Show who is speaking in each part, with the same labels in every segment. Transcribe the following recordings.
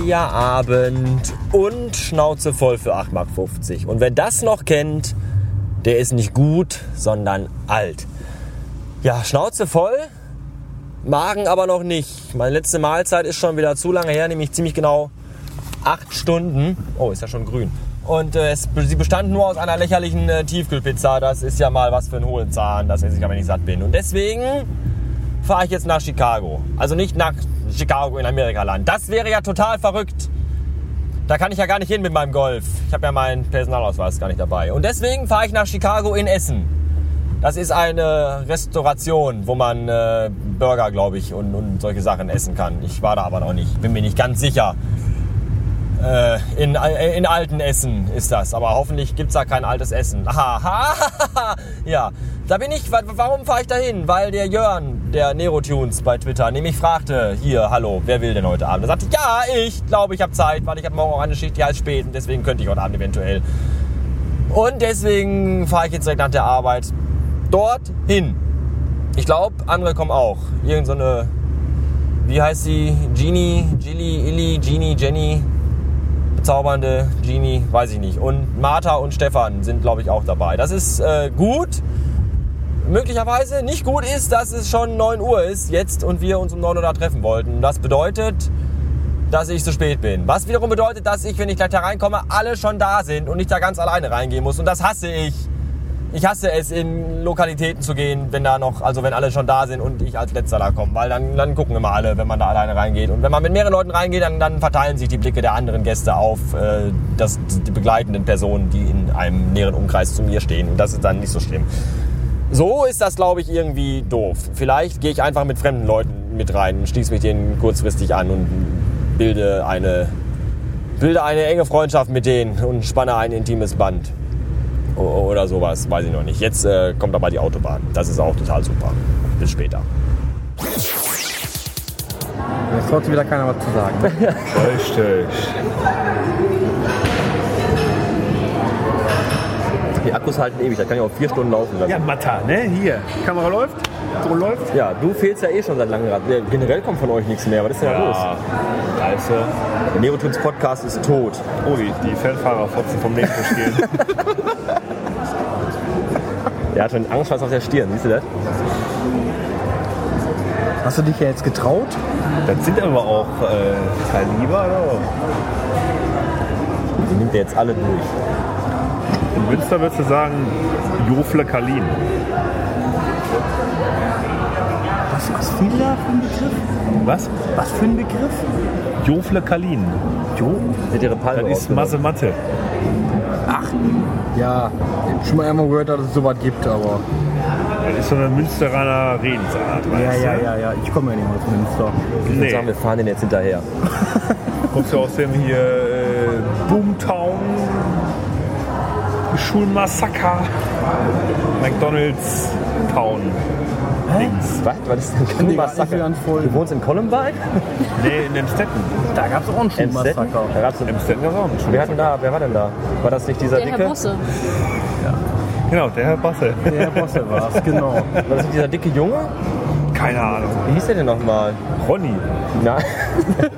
Speaker 1: Feierabend und Schnauze voll für 8,50 Mark. Und wer das noch kennt, der ist nicht gut, sondern alt. Ja, Schnauze voll, Magen aber noch nicht. Meine letzte Mahlzeit ist schon wieder zu lange her, nämlich ziemlich genau 8 Stunden. Oh, ist ja schon grün. Und äh, es, sie bestand nur aus einer lächerlichen äh, Tiefkühlpizza. Das ist ja mal was für einen hohlen Zahn, dass ich aber nicht satt bin. Und deswegen fahre ich jetzt nach Chicago. Also nicht nach Chicago in Amerikaland. Das wäre ja total verrückt. Da kann ich ja gar nicht hin mit meinem Golf. Ich habe ja meinen Personalausweis gar nicht dabei. Und deswegen fahre ich nach Chicago in Essen. Das ist eine Restauration, wo man äh, Burger, glaube ich, und, und solche Sachen essen kann. Ich war da aber noch nicht. Bin mir nicht ganz sicher. Äh, in, äh, in alten Essen ist das. Aber hoffentlich gibt es da kein altes Essen. Haha. ja, da bin ich. wa- Warum fahre ich da hin? Weil der Jörn, der Nerotunes bei Twitter, nämlich fragte: Hier, hallo, wer will denn heute Abend? Da sagte ich: Ja, ich glaube, ich habe Zeit, weil ich habe morgen auch eine Schicht, die heißt spät und deswegen könnte ich heute Abend eventuell. Und deswegen fahre ich jetzt direkt nach der Arbeit dorthin. Ich glaube, andere kommen auch. Irgend so eine. Wie heißt sie? Genie, Gilly, Illy, Genie, Jenny bezaubernde Genie, weiß ich nicht. Und Martha und Stefan sind, glaube ich, auch dabei. Das ist äh, gut. Möglicherweise nicht gut ist, dass es schon 9 Uhr ist jetzt und wir uns um 9 Uhr da treffen wollten. Das bedeutet, dass ich zu spät bin. Was wiederum bedeutet, dass ich, wenn ich gleich da reinkomme, alle schon da sind und ich da ganz alleine reingehen muss. Und das hasse ich. Ich hasse es, in Lokalitäten zu gehen, wenn da noch, also wenn alle schon da sind und ich als letzter da komme, weil dann, dann gucken immer alle, wenn man da alleine reingeht. Und wenn man mit mehreren Leuten reingeht, dann, dann verteilen sich die Blicke der anderen Gäste auf äh, das, die begleitenden Personen, die in einem näheren Umkreis zu mir stehen. Und das ist dann nicht so schlimm. So ist das, glaube ich, irgendwie doof. Vielleicht gehe ich einfach mit fremden Leuten mit rein, schließe mich denen kurzfristig an und bilde eine, bilde eine enge Freundschaft mit denen und spanne ein intimes Band o- oder sowas, weiß ich noch nicht. Jetzt äh, kommt aber die Autobahn. Das ist auch total super. Bis später.
Speaker 2: Jetzt wollte wieder keiner was zu sagen. ne?
Speaker 3: Richtig.
Speaker 1: Die Akkus halten ewig, da kann ich auch vier Stunden laufen lassen.
Speaker 3: Ja, Matta, ne? Hier. Kamera läuft. So läuft.
Speaker 1: Ja, du fehlst ja eh schon seit langem Rad. Generell kommt von euch nichts mehr. Was ist denn da los?
Speaker 3: Scheiße.
Speaker 1: Der Neotunes Podcast ist tot.
Speaker 3: Oh, die, die Fernfahrer fotzen vom Netto stehen.
Speaker 1: Der hat schon einen Angstschweiß auf der Stirn, siehst du das?
Speaker 2: Hast du dich ja jetzt getraut?
Speaker 3: das sind aber auch äh, Kaliber, oder?
Speaker 1: Die nimmt er jetzt alle durch.
Speaker 3: In Münster würdest du sagen, Jofle Kalin.
Speaker 2: Was, was fiel da für ein Begriff?
Speaker 3: Was?
Speaker 2: Was für ein Begriff?
Speaker 3: Jofle Kalin. Jo?
Speaker 1: Mit ihre Palme
Speaker 3: Das ist Masse Matte.
Speaker 2: Ja, schon mal einmal gehört, dass es sowas gibt, aber.
Speaker 3: Das ist so eine Münsteraner Redensart. weißt du?
Speaker 2: ja. Ich komme ja nicht aus Münster.
Speaker 1: Nee. Sagen,
Speaker 3: Nee,
Speaker 1: wir fahren den jetzt hinterher.
Speaker 3: kommst du aus dem hier äh, Boomtown, Schulmassaker, McDonalds Town. Dings.
Speaker 1: Was? Was ist denn
Speaker 2: die gar nicht
Speaker 1: Massaker?
Speaker 2: hören voll.
Speaker 1: Du wohnst in Columbine?
Speaker 3: Nee, in Emstetten.
Speaker 2: Da gab es auch einen
Speaker 1: Emstetten?
Speaker 2: Schulmassaker.
Speaker 1: Da gab's einen
Speaker 3: Emstetten gab's auch einen
Speaker 1: Wer, hat denn da, wer war denn da? War das nicht dieser
Speaker 4: Der
Speaker 1: dicke?
Speaker 4: Herr Busse.
Speaker 3: Genau, der Herr Basse.
Speaker 2: Der Bosse war es, genau.
Speaker 1: War das nicht dieser dicke Junge?
Speaker 3: Keine Ahnung.
Speaker 1: Wie hieß der denn nochmal?
Speaker 3: Ronny.
Speaker 1: Nein.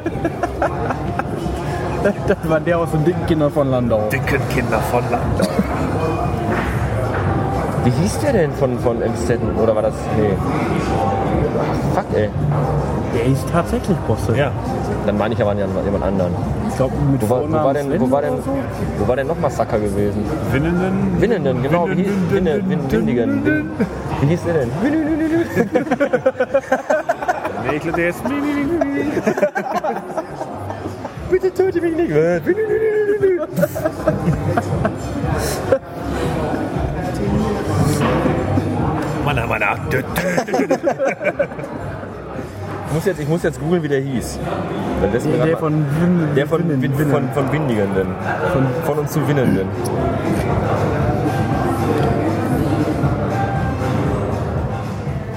Speaker 2: Das war der aus den dicken Kindern von Landau.
Speaker 3: Dicken Kinder von Land.
Speaker 1: Wie hieß der denn von, von Emstetten? Oder war das. Nee. Ach, fuck, ey.
Speaker 2: Der ist tatsächlich Bosse.
Speaker 3: Ja.
Speaker 1: Dann meine ich aber jemand jemand anderen.
Speaker 2: Ich glaube, mit
Speaker 1: Wo war, wo
Speaker 2: Vornamen
Speaker 1: war denn, wo
Speaker 2: Sven
Speaker 1: war denn,
Speaker 2: oder so.
Speaker 1: wo war denn noch Massaker gewesen?
Speaker 3: Winnenden.
Speaker 1: Winnenden, genau. Wie hieß, Winne, Win, Windigen. Win, wie hieß der denn?
Speaker 3: Nee, ich glaube, der ist.
Speaker 1: Bitte töte mich nicht.
Speaker 3: Mann, Mann, ach.
Speaker 1: Ich muss jetzt, ich muss jetzt googeln, wie der hieß. Dann lässt mir grad
Speaker 2: Der
Speaker 1: mal-
Speaker 2: von Win
Speaker 1: der von,
Speaker 2: Winnen-
Speaker 1: Win,
Speaker 2: Winnen.
Speaker 1: von, von Windigenden. Von, von uns zu Winnenden.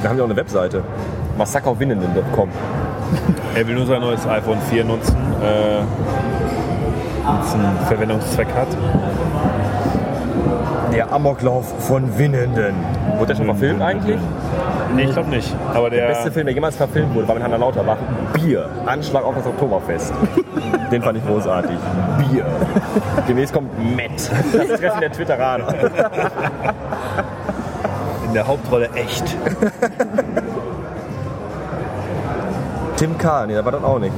Speaker 1: Da haben wir auch eine Webseite. Massakerwinnenden.com.
Speaker 3: Er will nur sein neues iPhone 4 nutzen. Äh, einen Verwendungszweck hat.
Speaker 1: Der Amoklauf von Winnenden. Wurde der schon verfilmt eigentlich?
Speaker 3: Nee, ich glaube nicht. Aber der,
Speaker 1: Der beste Film, der jemals verfilmt wurde, war mit Hanna Lauterbach. Bier. Anschlag auf das Oktoberfest. Den fand ich großartig. Bier. Demnächst kommt Matt. Das Treffen der Twitteraner.
Speaker 3: in der Hauptrolle echt.
Speaker 1: Tim K. Nee, der war das auch nicht.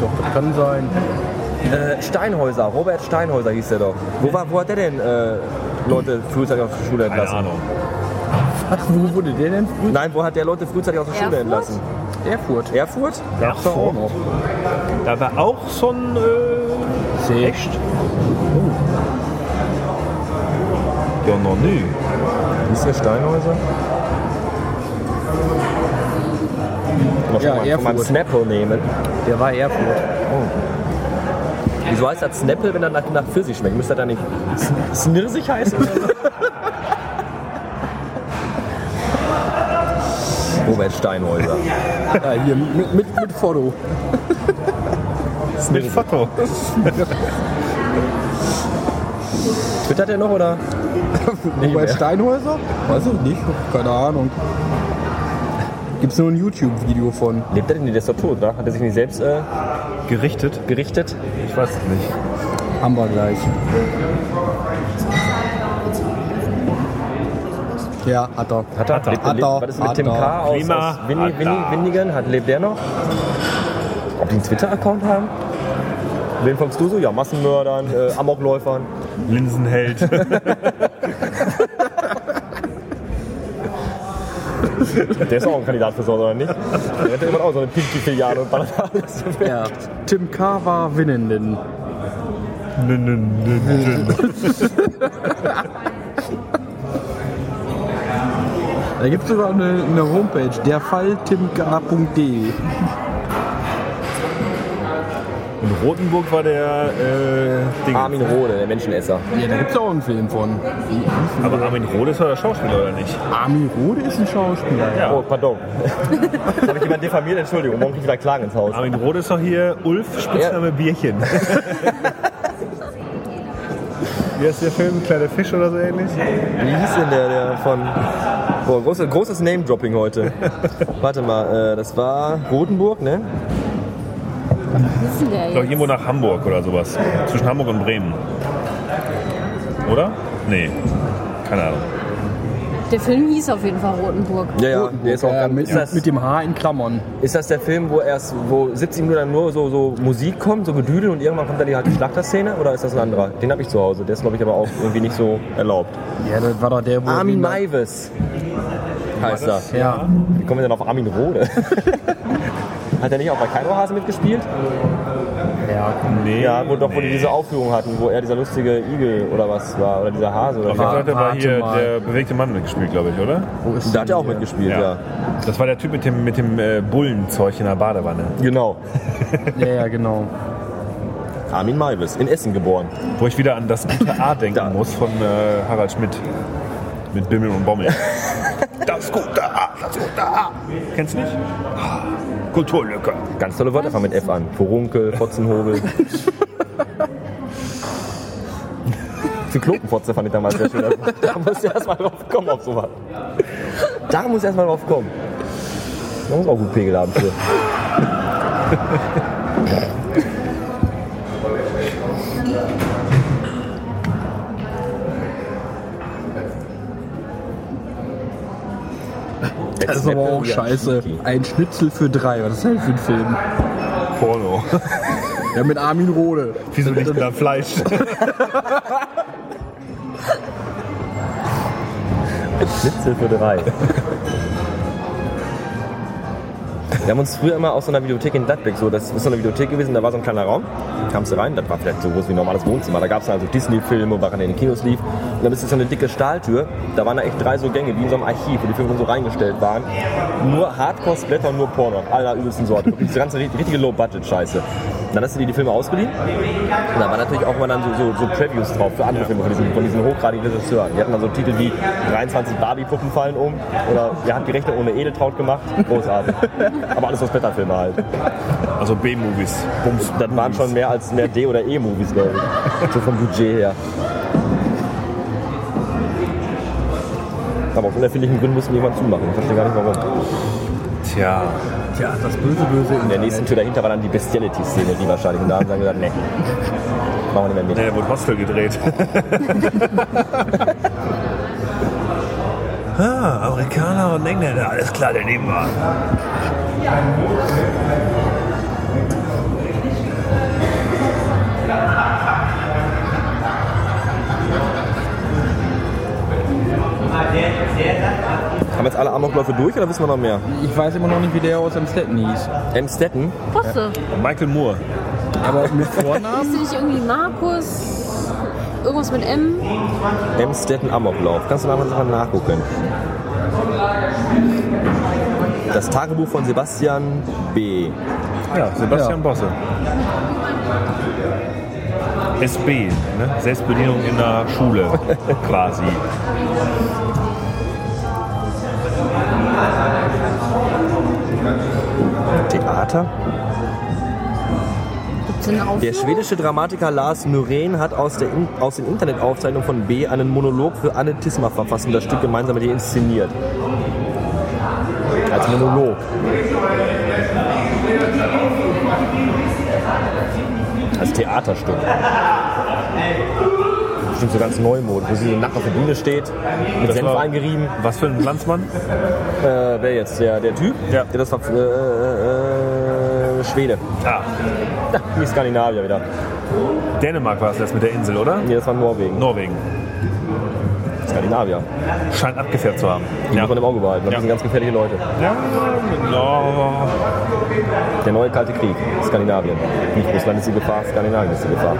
Speaker 2: Doch, das kann sein.
Speaker 1: Äh, Steinhäuser. Robert Steinhäuser hieß der doch. Wo, war, wo hat der denn äh, Leute frühzeitig aus der Schule
Speaker 3: Keine
Speaker 1: entlassen?
Speaker 3: Ahnung.
Speaker 2: Ach, wo wurde der denn? früh?
Speaker 1: Nein, wo hat der Leute frühzeitig aus der Schule
Speaker 4: Erfurt?
Speaker 1: entlassen?
Speaker 2: Erfurt.
Speaker 1: Erfurt?
Speaker 3: Gab's da auch noch. Da war auch so ein. Äh,
Speaker 2: Sehr.
Speaker 3: echt? Ja, noch nie.
Speaker 1: Hieß der Steinhäuser? Mal
Speaker 2: Ja,
Speaker 1: ja, mal, schon mal einen
Speaker 2: Erfurt.
Speaker 1: Snapple nehmen. Oh.
Speaker 2: Der war Erfurt.
Speaker 1: Wieso heißt das Snapple, wenn er nach, nach Pfirsich schmeckt? Müsste er da nicht Sn- Snirsig heißen? oder so? Robert Steinhäuser.
Speaker 2: Ja, hier mit, mit, mit Foto.
Speaker 3: Mit Foto.
Speaker 1: Twittert er noch oder?
Speaker 2: Robert Steinhäuser? Weiß ich nicht. Keine Ahnung. Gibt es nur ein YouTube-Video von?
Speaker 1: Lebt er denn? Nee, Der ist doch tot, oder? Hat er sich nicht selbst äh,
Speaker 3: Gerichtet?
Speaker 1: gerichtet?
Speaker 3: Ich weiß es nicht.
Speaker 2: Haben wir gleich. Ja, hat er.
Speaker 1: Hat er?
Speaker 3: Hat er.
Speaker 1: Lebt,
Speaker 2: Hat
Speaker 1: lebt,
Speaker 2: er.
Speaker 1: was ist mit
Speaker 2: Hat
Speaker 1: Tim
Speaker 2: er.
Speaker 1: K. aus,
Speaker 3: Prima.
Speaker 1: aus Winni-
Speaker 3: Hat er.
Speaker 1: Winni- Winnigen? Hat, lebt der noch? Ob die einen Twitter-Account haben? Wen folgst du so? Ja, Massenmördern, äh, Amokläufern.
Speaker 3: Linsenheld.
Speaker 1: Der ist auch ein Kandidat für so, oder nicht? Der hätte immer auch so eine Pinky-Filiale und ballert alles.
Speaker 2: Ja. Tim K. war Winnenden.
Speaker 3: Nö, nö, nö, nö, nö.
Speaker 2: Da gibt es sogar eine, eine Homepage, derfalltimk.de.
Speaker 3: In Rotenburg war der äh, Ding.
Speaker 1: Armin Rohde, der Menschenesser.
Speaker 2: Ja, da gibt es auch einen Film von.
Speaker 3: Aber Armin Rohde ist doch der Schauspieler, oder nicht?
Speaker 2: Armin Rode ist ein Schauspieler.
Speaker 3: Ja.
Speaker 1: Oh, pardon. Habe ich jemanden diffamiert? Entschuldigung, morgen kriege ich wieder Klagen ins Haus.
Speaker 3: Armin Rohde ist doch hier Ulf, Spitzname Bierchen. Wie heißt der Film? Kleiner Fisch oder so ähnlich?
Speaker 1: Wie hieß denn der, der von. Boah, großes, großes Name-Dropping heute. Warte mal, äh, das war Rotenburg, ne?
Speaker 4: Was ist denn der
Speaker 3: Ich glaube,
Speaker 4: jetzt?
Speaker 3: irgendwo nach Hamburg oder sowas. Zwischen Hamburg und Bremen. Oder? Nee. Keine Ahnung.
Speaker 4: Der Film hieß auf jeden Fall Rotenburg.
Speaker 1: Ja, ja, der ist auch
Speaker 2: äh,
Speaker 1: ganz.
Speaker 2: mit,
Speaker 1: ist, das,
Speaker 2: mit dem Haar in Klammern.
Speaker 1: ist das der Film, wo erst, wo 70 Minuten lang nur so, so Musik kommt, so Gedüdel und irgendwann kommt dann die halt die Schlachterszene? Oder ist das ein anderer? Den habe ich zu Hause. Der ist, glaube ich, aber auch irgendwie nicht so erlaubt.
Speaker 2: Ja, das war doch der, wo...
Speaker 1: Armin Maivis heißt er.
Speaker 2: Ja.
Speaker 1: Wie kommen wir denn auf Armin Rohde? Hat er nicht auch bei Kairo Hase mitgespielt?
Speaker 2: ja.
Speaker 3: Nee.
Speaker 1: Ja, wo doch, wo die diese Aufführung hatten, wo er dieser lustige Igel oder was war, oder dieser Hase oder
Speaker 3: Auf jeden
Speaker 1: was.
Speaker 3: Fall hat er bei
Speaker 2: Warte
Speaker 3: hier
Speaker 2: mal.
Speaker 3: der bewegte Mann mitgespielt, glaube ich, oder?
Speaker 2: Wo ist
Speaker 1: Da hat
Speaker 2: denn
Speaker 1: er auch
Speaker 2: der?
Speaker 1: mitgespielt, ja.
Speaker 3: Das war der Typ mit dem, mit dem äh, Bullenzeug in der Badewanne.
Speaker 1: Genau.
Speaker 2: Ja, ja, genau.
Speaker 1: Armin Maivis, in Essen geboren.
Speaker 3: Wo ich wieder an das gute A denken muss von äh, Harald Schmidt. Mit Bimmel und Bommel. Das gute A, das gute A. Kennst du nicht? Ah, Kulturlücke.
Speaker 1: Ganz tolle Wörter fangen mit F an. Furunkel, Fotzenhobel. Zyklopenfotze fand ich damals sehr schön. Da musst du erstmal drauf kommen auf sowas. Da musst du erstmal drauf kommen. Da muss auch gut Pegel haben für.
Speaker 2: Das ist aber auch scheiße. Ein Schnitzel für drei. Was ist denn für ein Film?
Speaker 3: Porno.
Speaker 2: Ja, mit Armin Rode.
Speaker 3: Wieso nicht mehr Fleisch?
Speaker 1: Schnitzel für drei. Wir haben uns früher immer aus so einer Videothek in Gladbeck, so, das ist so eine Videothek gewesen, da war so ein kleiner Raum, kamst du rein, das war vielleicht so groß wie ein normales Wohnzimmer, da gab es dann also Disney-Filme, waren in den Kinos lief, und dann ist so eine dicke Stahltür, da waren da echt drei so Gänge, wie in so einem Archiv, wo die Filme so reingestellt waren, nur Hardcore-Splatter und nur Porno, aller übelsten Sorte, Wirklich diese ganze ri- richtige Low-Budget-Scheiße. Dann hast du dir die Filme ausgeliehen. Und da waren natürlich auch immer dann so, so, so Previews drauf für andere Filme von diesen, von diesen hochgradigen Regisseuren. Die hatten dann so Titel wie 23 Barbie-Puppen fallen um oder ihr habt die Rechnung ohne Edeltraut gemacht. Großartig. Aber alles aus Blätterfilme halt.
Speaker 3: Also B-Movies. Bums.
Speaker 1: Das waren schon mehr als mehr D- oder E-Movies, glaube ich. So vom Budget her. Aber aus unerfindlichen Gründen mussten die jemand zumachen. Ich verstehe gar nicht warum.
Speaker 3: Tja.
Speaker 2: Tja, das böse, böse
Speaker 1: In der nächsten Tür dahinter war dann die Bestiality-Szene, die wahrscheinlich. Und da haben sie dann gesagt, nee, machen wir nicht mehr mit.
Speaker 3: Nee, da wurde Hostel gedreht. ah, Amerikaner und Engländer. Alles klar, der nebenbei.
Speaker 1: Haben jetzt alle Amokläufe durch oder wissen wir noch mehr?
Speaker 2: Ich weiß immer noch nicht, wie der aus Amstetten hieß.
Speaker 1: Emstetten?
Speaker 4: Posse.
Speaker 3: Michael Moore.
Speaker 2: Aber mit Vornamen?
Speaker 4: Bist du nicht irgendwie Markus? Irgendwas mit M?
Speaker 1: Emstetten Amoklauf. Kannst du da mal nachgucken. Das Tagebuch von Sebastian B.
Speaker 3: Ja, Sebastian
Speaker 2: Ja.
Speaker 3: Bosse. SB, ne? Selbstbedienung in der Schule quasi.
Speaker 1: Theater?
Speaker 4: Gibt's denn eine
Speaker 1: Der
Speaker 4: Aufführung?
Speaker 1: schwedische Dramatiker Lars Norén hat aus, der In aus den Internetaufzeichnungen von B einen Monolog für Anne Tisma verfasst und das Stück gemeinsam mit ihr inszeniert. Als Monolog. Als Theaterstück. Bestimmt so ganz neumod, wo sie so nackt auf der Bühne steht, mit
Speaker 3: Das
Speaker 1: Senf
Speaker 3: war-
Speaker 1: eingerieben.
Speaker 3: Was für ein Landsmann?
Speaker 1: Äh, wer jetzt? Der, der Typ?
Speaker 3: Ja.
Speaker 1: Der das war. Äh, äh, Schwede.
Speaker 3: Ah,
Speaker 1: Die Skandinavier wieder.
Speaker 3: Dänemark war es jetzt mit der Insel, oder?
Speaker 1: Nee, das war Norwegen.
Speaker 3: Norwegen.
Speaker 1: Skandinavier.
Speaker 3: Scheint abgefährt zu haben.
Speaker 1: Die muss man im Auge behalten. Das
Speaker 3: Ja.
Speaker 1: sind ganz gefährliche Leute.
Speaker 3: Ja, genau. no.
Speaker 1: Der neue Kalte Krieg, Skandinavien. Nicht Russland ist die Gefahr, Skandinavien ist die Gefahr.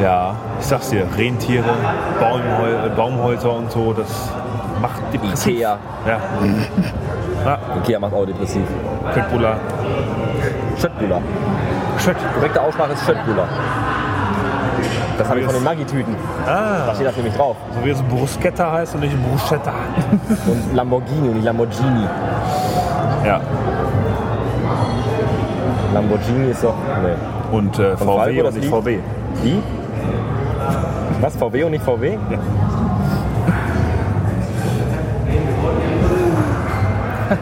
Speaker 3: ja, ich sag's dir, Rentiere, Baumhol äh, Baumhäuser und so, das macht depressiv.
Speaker 1: Ikea.
Speaker 3: Ja. ja,
Speaker 1: Ikea macht auch depressiv.
Speaker 3: Köttbullar.
Speaker 1: Schöttbühler.
Speaker 3: Schött.
Speaker 1: Korrekte Aussprache ist Schöttbühler. Das habe ich von den Maggi-Tüten. Da
Speaker 3: Ah,
Speaker 1: steht das nämlich drauf.
Speaker 3: so wie es Bruschetta heißt und nicht Bruschetta.
Speaker 1: Und Lamborghini und nicht Lamborghini.
Speaker 3: Ja.
Speaker 1: Lamborghini ist doch... Nee.
Speaker 3: Und äh, VW
Speaker 1: Freiburg, das
Speaker 3: und nicht
Speaker 1: Lied?
Speaker 3: VW.
Speaker 1: Die? Was, VW und nicht VW?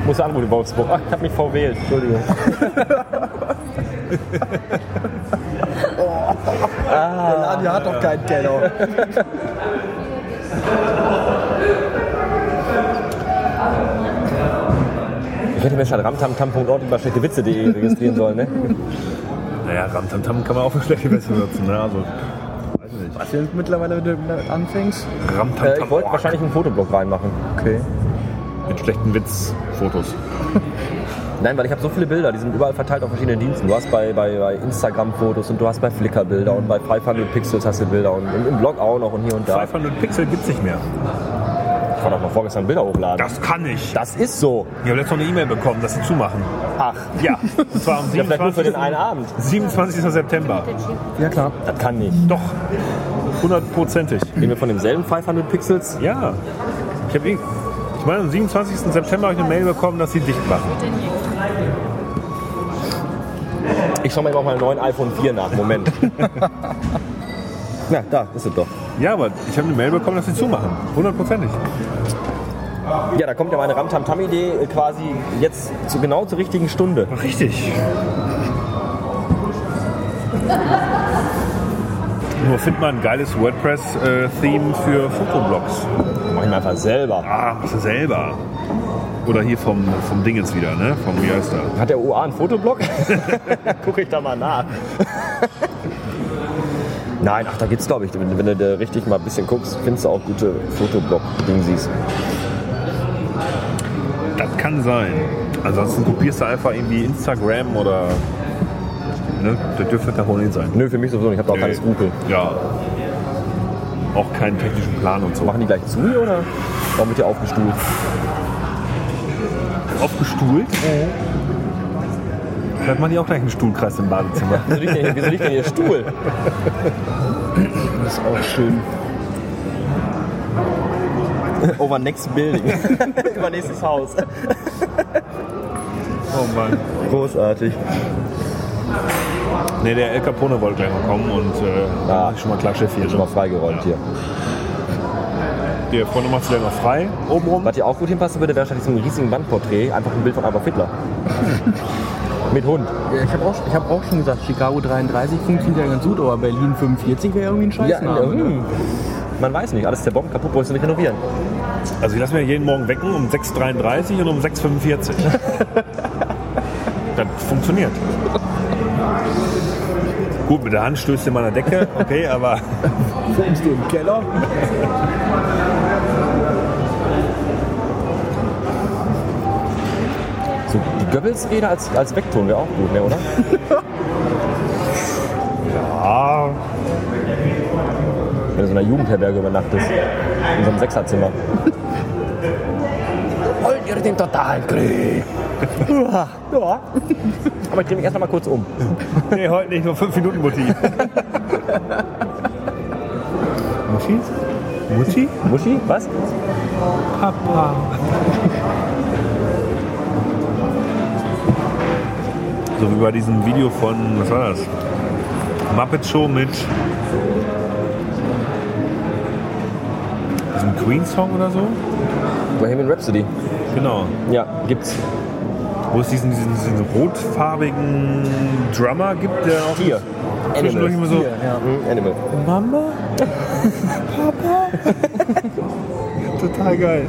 Speaker 1: Muss anrufen, Wolfsburg. Ah, ich habe mich verwählt, Entschuldigung.
Speaker 2: Der Laden hat doch keinen Keller.
Speaker 1: Ich hätte mir halt schon ramtamtam.org über schlechtewitze.de registrieren sollen, ne?
Speaker 3: Naja, Ramtamtam kann man auch für schlechte Weste benutzen. Ne? Also, weiß ich nicht.
Speaker 2: Was du jetzt mittlerweile damit anfängst?
Speaker 1: Äh, ich
Speaker 3: Ramtamtam
Speaker 1: wollte wahrscheinlich einen Fotoblock reinmachen.
Speaker 2: Okay.
Speaker 3: mit schlechten Witz-Fotos.
Speaker 1: Nein, weil ich habe so viele Bilder, die sind überall verteilt auf verschiedenen Diensten. Du hast bei, bei, bei Instagram Fotos und du hast bei Flickr Bilder und bei 500 Pixels hast du Bilder und im, im Blog auch noch und hier und da.
Speaker 3: 500 Pixel gibt's nicht mehr.
Speaker 1: Ich kann doch mal vorgestern Bilder hochladen.
Speaker 3: Das kann ich.
Speaker 1: das ist so.
Speaker 3: Ich habe letztens noch eine E-Mail bekommen, dass sie zumachen.
Speaker 1: Ach,
Speaker 3: Ja, und zwar am
Speaker 1: ja, vielleicht nur für den
Speaker 3: 27.
Speaker 1: einen Abend.
Speaker 3: 27. September.
Speaker 2: Ja, klar.
Speaker 1: Das kann nicht.
Speaker 3: Doch, hundertprozentig.
Speaker 1: Reden wir von demselben 500 Pixels?
Speaker 3: Ja, ich habe eh- ich meine, am 27. September habe ich eine Mail bekommen, dass sie dicht machen.
Speaker 1: Ich schaue mal eben auf meinem neuen iPhone 4 nach. Moment. Na, da ist es doch.
Speaker 3: Ja, aber ich habe eine Mail bekommen, dass sie zumachen. Hundertprozentig.
Speaker 1: Ja, da kommt ja meine Ramtamtam-Idee äh, quasi jetzt zu, genau zur richtigen Stunde.
Speaker 3: Richtig. Nur findet man ein geiles WordPress-Theme für Fotoblogs.
Speaker 1: Mach ich mir einfach selber.
Speaker 3: Ah, machst du selber. Oder hier vom, vom Dingens wieder, ne? Vom wie heißt er?
Speaker 1: Hat der UA einen Fotoblock? Gucke ich da mal nach. Nein, ach, da gibt's glaube ich, wenn, wenn du da richtig mal ein bisschen guckst, findest du auch gute Fotoblock-Dingsies.
Speaker 3: Das kann sein. Ansonsten kopierst du einfach irgendwie Instagram oder. Ne? Das dürfte kein Problem sein.
Speaker 1: Nö, für mich sowieso nicht, ich habe da auch keine Skrupel.
Speaker 3: Ja. Auch keinen technischen Plan und so.
Speaker 1: Machen die gleich zu mir oder? Warum wird hier aufgestuhlt?
Speaker 3: aufgestuhlt. Dann hat man hier auch gleich einen Stuhlkreis im Badezimmer.
Speaker 1: Wieso liegt denn hier, wieso liegt denn hier Stuhl?
Speaker 2: Das ist auch schön.
Speaker 1: Over next building. Übernächstes Haus.
Speaker 3: Oh Mann.
Speaker 1: Großartig.
Speaker 3: Ne, der El Capone wollte gleich noch kommen und äh,
Speaker 1: Ah.
Speaker 3: schon mal Klatsche hier.
Speaker 1: Schon mal freigeräumt hier.
Speaker 3: Der vorne macht es noch frei, obenrum.
Speaker 1: Was hier auch gut hinpassen würde, wäre statt diesem riesigen Wandporträt einfach ein Bild von Adolf Hitler. Mit Hund.
Speaker 2: Ja, ich habe auch, ich hab auch schon gesagt, Chicago 33 funktioniert ja ganz gut, aber Berlin 45 wäre irgendwie ein Scheißname. ne?
Speaker 1: hm. Man weiß nicht, alles zerbombt, kaputt, wolltest du nicht renovieren.
Speaker 3: Also ich lasse mir jeden Morgen wecken um 6.33 und um 6.45. das funktioniert. Gut, mit der Hand stößt ihr mal an der Decke, okay, aber
Speaker 2: Wohnst du im Keller?
Speaker 1: So, die Goebbels-Rede als, als Vektor wäre auch gut, ne, oder?
Speaker 3: ah,
Speaker 1: Wenn du in so einer Jugendherberge übernachtest. In so einem Sechserzimmer. Wollt ihr den Totalkrieg? ja. ja. Aber ich drehe mich erst noch mal kurz um.
Speaker 3: nee, heute nicht, nur 5 Minuten Mutti. Mutti? Mutti?
Speaker 1: Muschi, was?
Speaker 3: Papa. So wie bei diesem Video von, was war das? Muppet Show mit diesem Queen-Song oder so?
Speaker 1: Bohemian Rhapsody.
Speaker 3: Genau.
Speaker 1: Ja, gibt's.
Speaker 3: Wo es diesen, diesen, diesen rotfarbigen Drummer gibt, der auch
Speaker 1: Hier.
Speaker 3: zwischendurch immer so.
Speaker 1: Mhm, Animal.
Speaker 3: Mama? Papa? Total geil.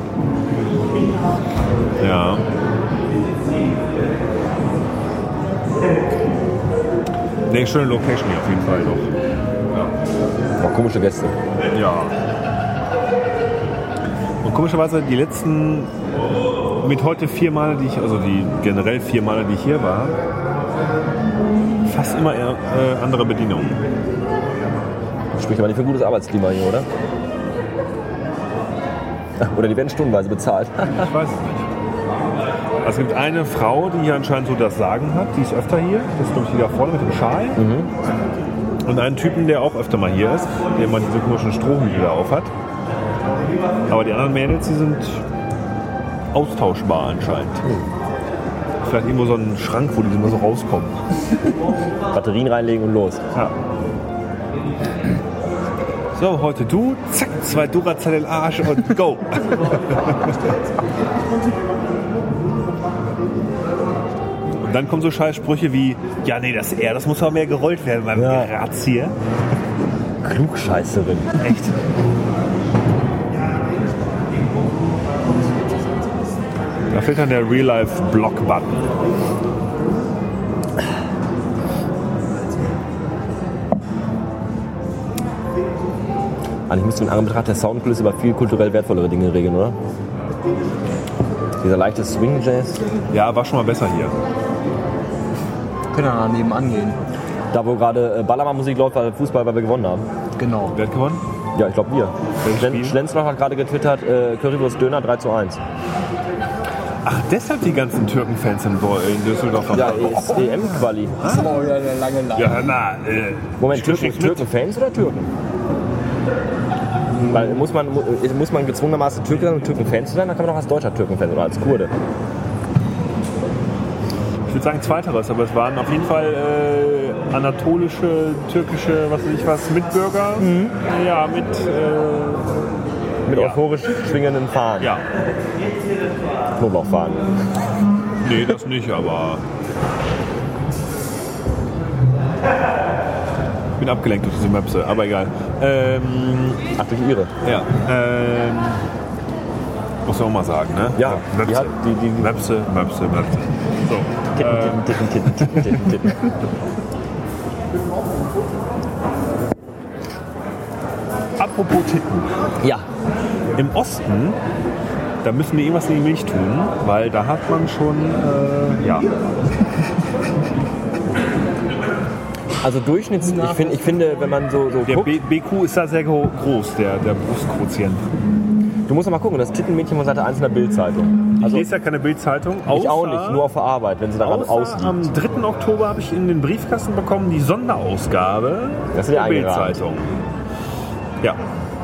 Speaker 3: Ja. Nee, schöne Location hier auf jeden Fall noch.
Speaker 1: Oh, komische Gäste.
Speaker 3: Ja. Und komischerweise die letzten, mit heute vier Male, die ich, also die generell vier Male, die ich hier war, fast immer eher, äh, andere Bedienungen.
Speaker 1: Spricht aber nicht für ein gutes Arbeitsklima hier, oder? Oder die werden stundenweise bezahlt.
Speaker 3: Ich weiß es nicht. Also es gibt eine Frau, die hier anscheinend so das Sagen hat, die ist öfter hier. Das ist glaube ich die da vorne mit dem Schal. Und einen Typen, der auch öfter mal hier ist, der immer diese komischen Strohhüte da auf hat. Aber die anderen Mädels, die sind austauschbar anscheinend. Vielleicht irgendwo so ein Schrank, wo die immer so rauskommen.
Speaker 1: Batterien reinlegen und los.
Speaker 3: Ja. So, heute du, zack, zwei Duracell in den Arsch und go. und dann kommen so Scheißsprüche wie, ja nee, das R, das muss aber mehr gerollt werden beim
Speaker 1: Ja.
Speaker 3: Ratz hier.
Speaker 1: Klugscheißerin.
Speaker 3: Echt. Da fehlt dann der Real-Life-Block-Button.
Speaker 1: Eigentlich müsste man in Anbetracht der Soundkulisse über viel kulturell wertvollere Dinge regeln, oder? Dieser leichte Swing-Jazz.
Speaker 3: Ja, war schon mal besser hier.
Speaker 2: Können wir daneben angehen.
Speaker 1: Da, wo gerade äh, Ballermann-Musik läuft, weil Fußball, weil wir gewonnen haben.
Speaker 2: Genau.
Speaker 3: Wer hat gewonnen?
Speaker 1: Ja, ich glaube, wir.
Speaker 3: Welches
Speaker 1: Schlen-
Speaker 3: Spiel?
Speaker 1: Schlenzler hat gerade getwittert, äh, Currywurst Döner 3 zu 1.
Speaker 3: Ach, deshalb die ganzen Türken-Fans in Bo- in Düsseldorf.
Speaker 1: Ja, E ist EM-Quali.
Speaker 2: Das war wieder eine lange Leitung.
Speaker 3: Ja, hör mal. Äh,
Speaker 1: Moment,
Speaker 3: Stück
Speaker 1: Türken,
Speaker 3: nicht mit.
Speaker 1: Türken-Fans oder Türken? Weil muss man, mu- äh, muss man gezwungenermaßen Türke sein, um Türken-Fan zu sein, dann kann man auch als deutscher Türken-Fan oder als Kurde.
Speaker 3: Ich würde sagen zweiteres, aber es waren auf jeden Fall äh, anatolische, türkische, was weiß ich was, Mitbürger. Ja, mit. Äh,
Speaker 1: Mit
Speaker 3: Ja.
Speaker 1: euphorisch schwingenden Fahnen.
Speaker 3: ja.
Speaker 1: Knoblauchfahnen.
Speaker 3: Nee, das nicht, aber. Ich bin abgelenkt durch diese Möpse, aber egal. Ähm,
Speaker 1: Ach, durch ihre.
Speaker 3: ja. Ähm, muss man auch mal sagen, ne?
Speaker 1: Ja, die
Speaker 3: Möpse.
Speaker 1: hat die, die, die
Speaker 3: Möpse, Möpse, Möpse. So.
Speaker 1: Titten, titten, titten, titten, titten, titten.
Speaker 3: Apropos Titten.
Speaker 1: Ja,
Speaker 3: Im Osten, da müssen wir irgendwas in die Milch tun, weil da hat man schon, äh, ja,
Speaker 1: also Durchschnitts... Ich, find, ich finde, wenn man so, so
Speaker 3: der
Speaker 1: guckt...
Speaker 3: B BQ ist da sehr gro- groß, der, der Brustquotient.
Speaker 1: Du musst doch mal gucken, das Tittenmädchen von Seite 1 in der Bildzeitung.
Speaker 3: Ich
Speaker 1: Also, ich
Speaker 3: lese ja keine Bildzeitung. außer-
Speaker 1: auch nicht, nur auf der Arbeit, wenn sie daran
Speaker 3: Außer
Speaker 1: ausliegt.
Speaker 3: am 3. Oktober habe ich in den Briefkasten bekommen die Sonderausgabe
Speaker 1: Das ist
Speaker 3: der
Speaker 1: ja eingerahmt.
Speaker 3: Bild-Zeitung. Ja,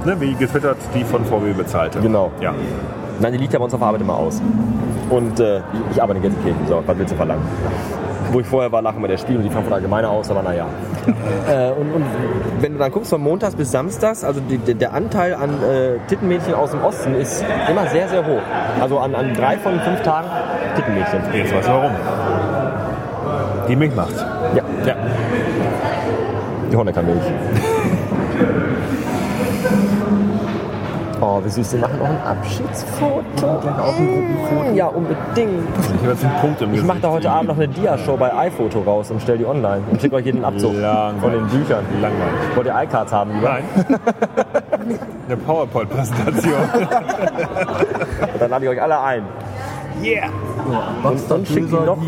Speaker 3: ne, wie getwittert, die von VW bezahlte.
Speaker 1: Genau.
Speaker 3: Ja.
Speaker 1: Nein, die liegt ja bei uns auf der Arbeit immer aus. Und äh, ich arbeite in Gelsenkirchen, so, was willst du verlangen? Wo ich vorher war, lachen wir der Spiel und die Frankfurter Allgemeine aus, aber naja. äh, und, und wenn du dann guckst, von Montags bis Samstags, also die, der- der Anteil an äh, Tittenmädchen aus dem Osten ist immer sehr, sehr hoch. Also an, an drei von fünf Tagen Tittenmädchen.
Speaker 3: Jetzt weißt du warum. Die Mink macht.
Speaker 1: Ja, ja. Die Honeckermilch. Oh, wie süß, die machen auch ein Abschiedsfoto. Ja, unbedingt.
Speaker 3: Ich habe jetzt einen Punkt im
Speaker 1: Ich mache da heute
Speaker 3: Gesicht.
Speaker 1: Abend noch eine Dia-Show bei iPhoto raus und stell die online und schicke euch jeden Abzug
Speaker 3: Langweilig.
Speaker 1: von den Büchern.
Speaker 3: Langweilig.
Speaker 1: Wollt ihr iCards haben lieber?
Speaker 3: Nein. Eine PowerPoint-Präsentation.
Speaker 1: Und dann lade ich euch alle ein.
Speaker 3: yeah.
Speaker 1: Und dann schicke ich noch, noch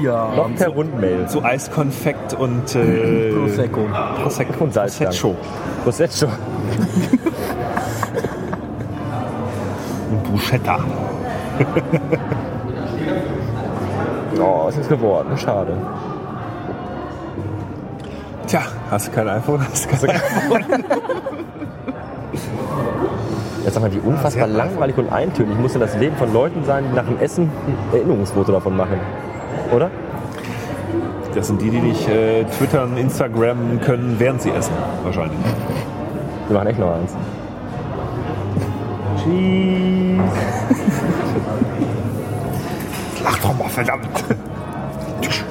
Speaker 1: per Rundmail.
Speaker 3: Zu Eiskonfekt und äh,
Speaker 2: Prosecco.
Speaker 3: Prosecco
Speaker 1: Und Salzstangen.
Speaker 3: Prosecco.
Speaker 1: Was jetzt schon?
Speaker 3: Und Bruschetta.
Speaker 1: Oh, ist nichts geworden. Schade.
Speaker 3: Tja, hast du kein iPhone? Hast du kein
Speaker 1: Jetzt sag mal, wie unfassbar langweilig und eintönig muss denn das Leben von Leuten sein, die nach dem Essen ein Erinnerungsfoto davon machen. Oder?
Speaker 3: Das sind die, die dich äh, twittern, Instagram können, während sie essen. Wahrscheinlich.
Speaker 1: Wir machen echt noch eins.
Speaker 3: Ach doch mal, verdammt.
Speaker 1: Ich,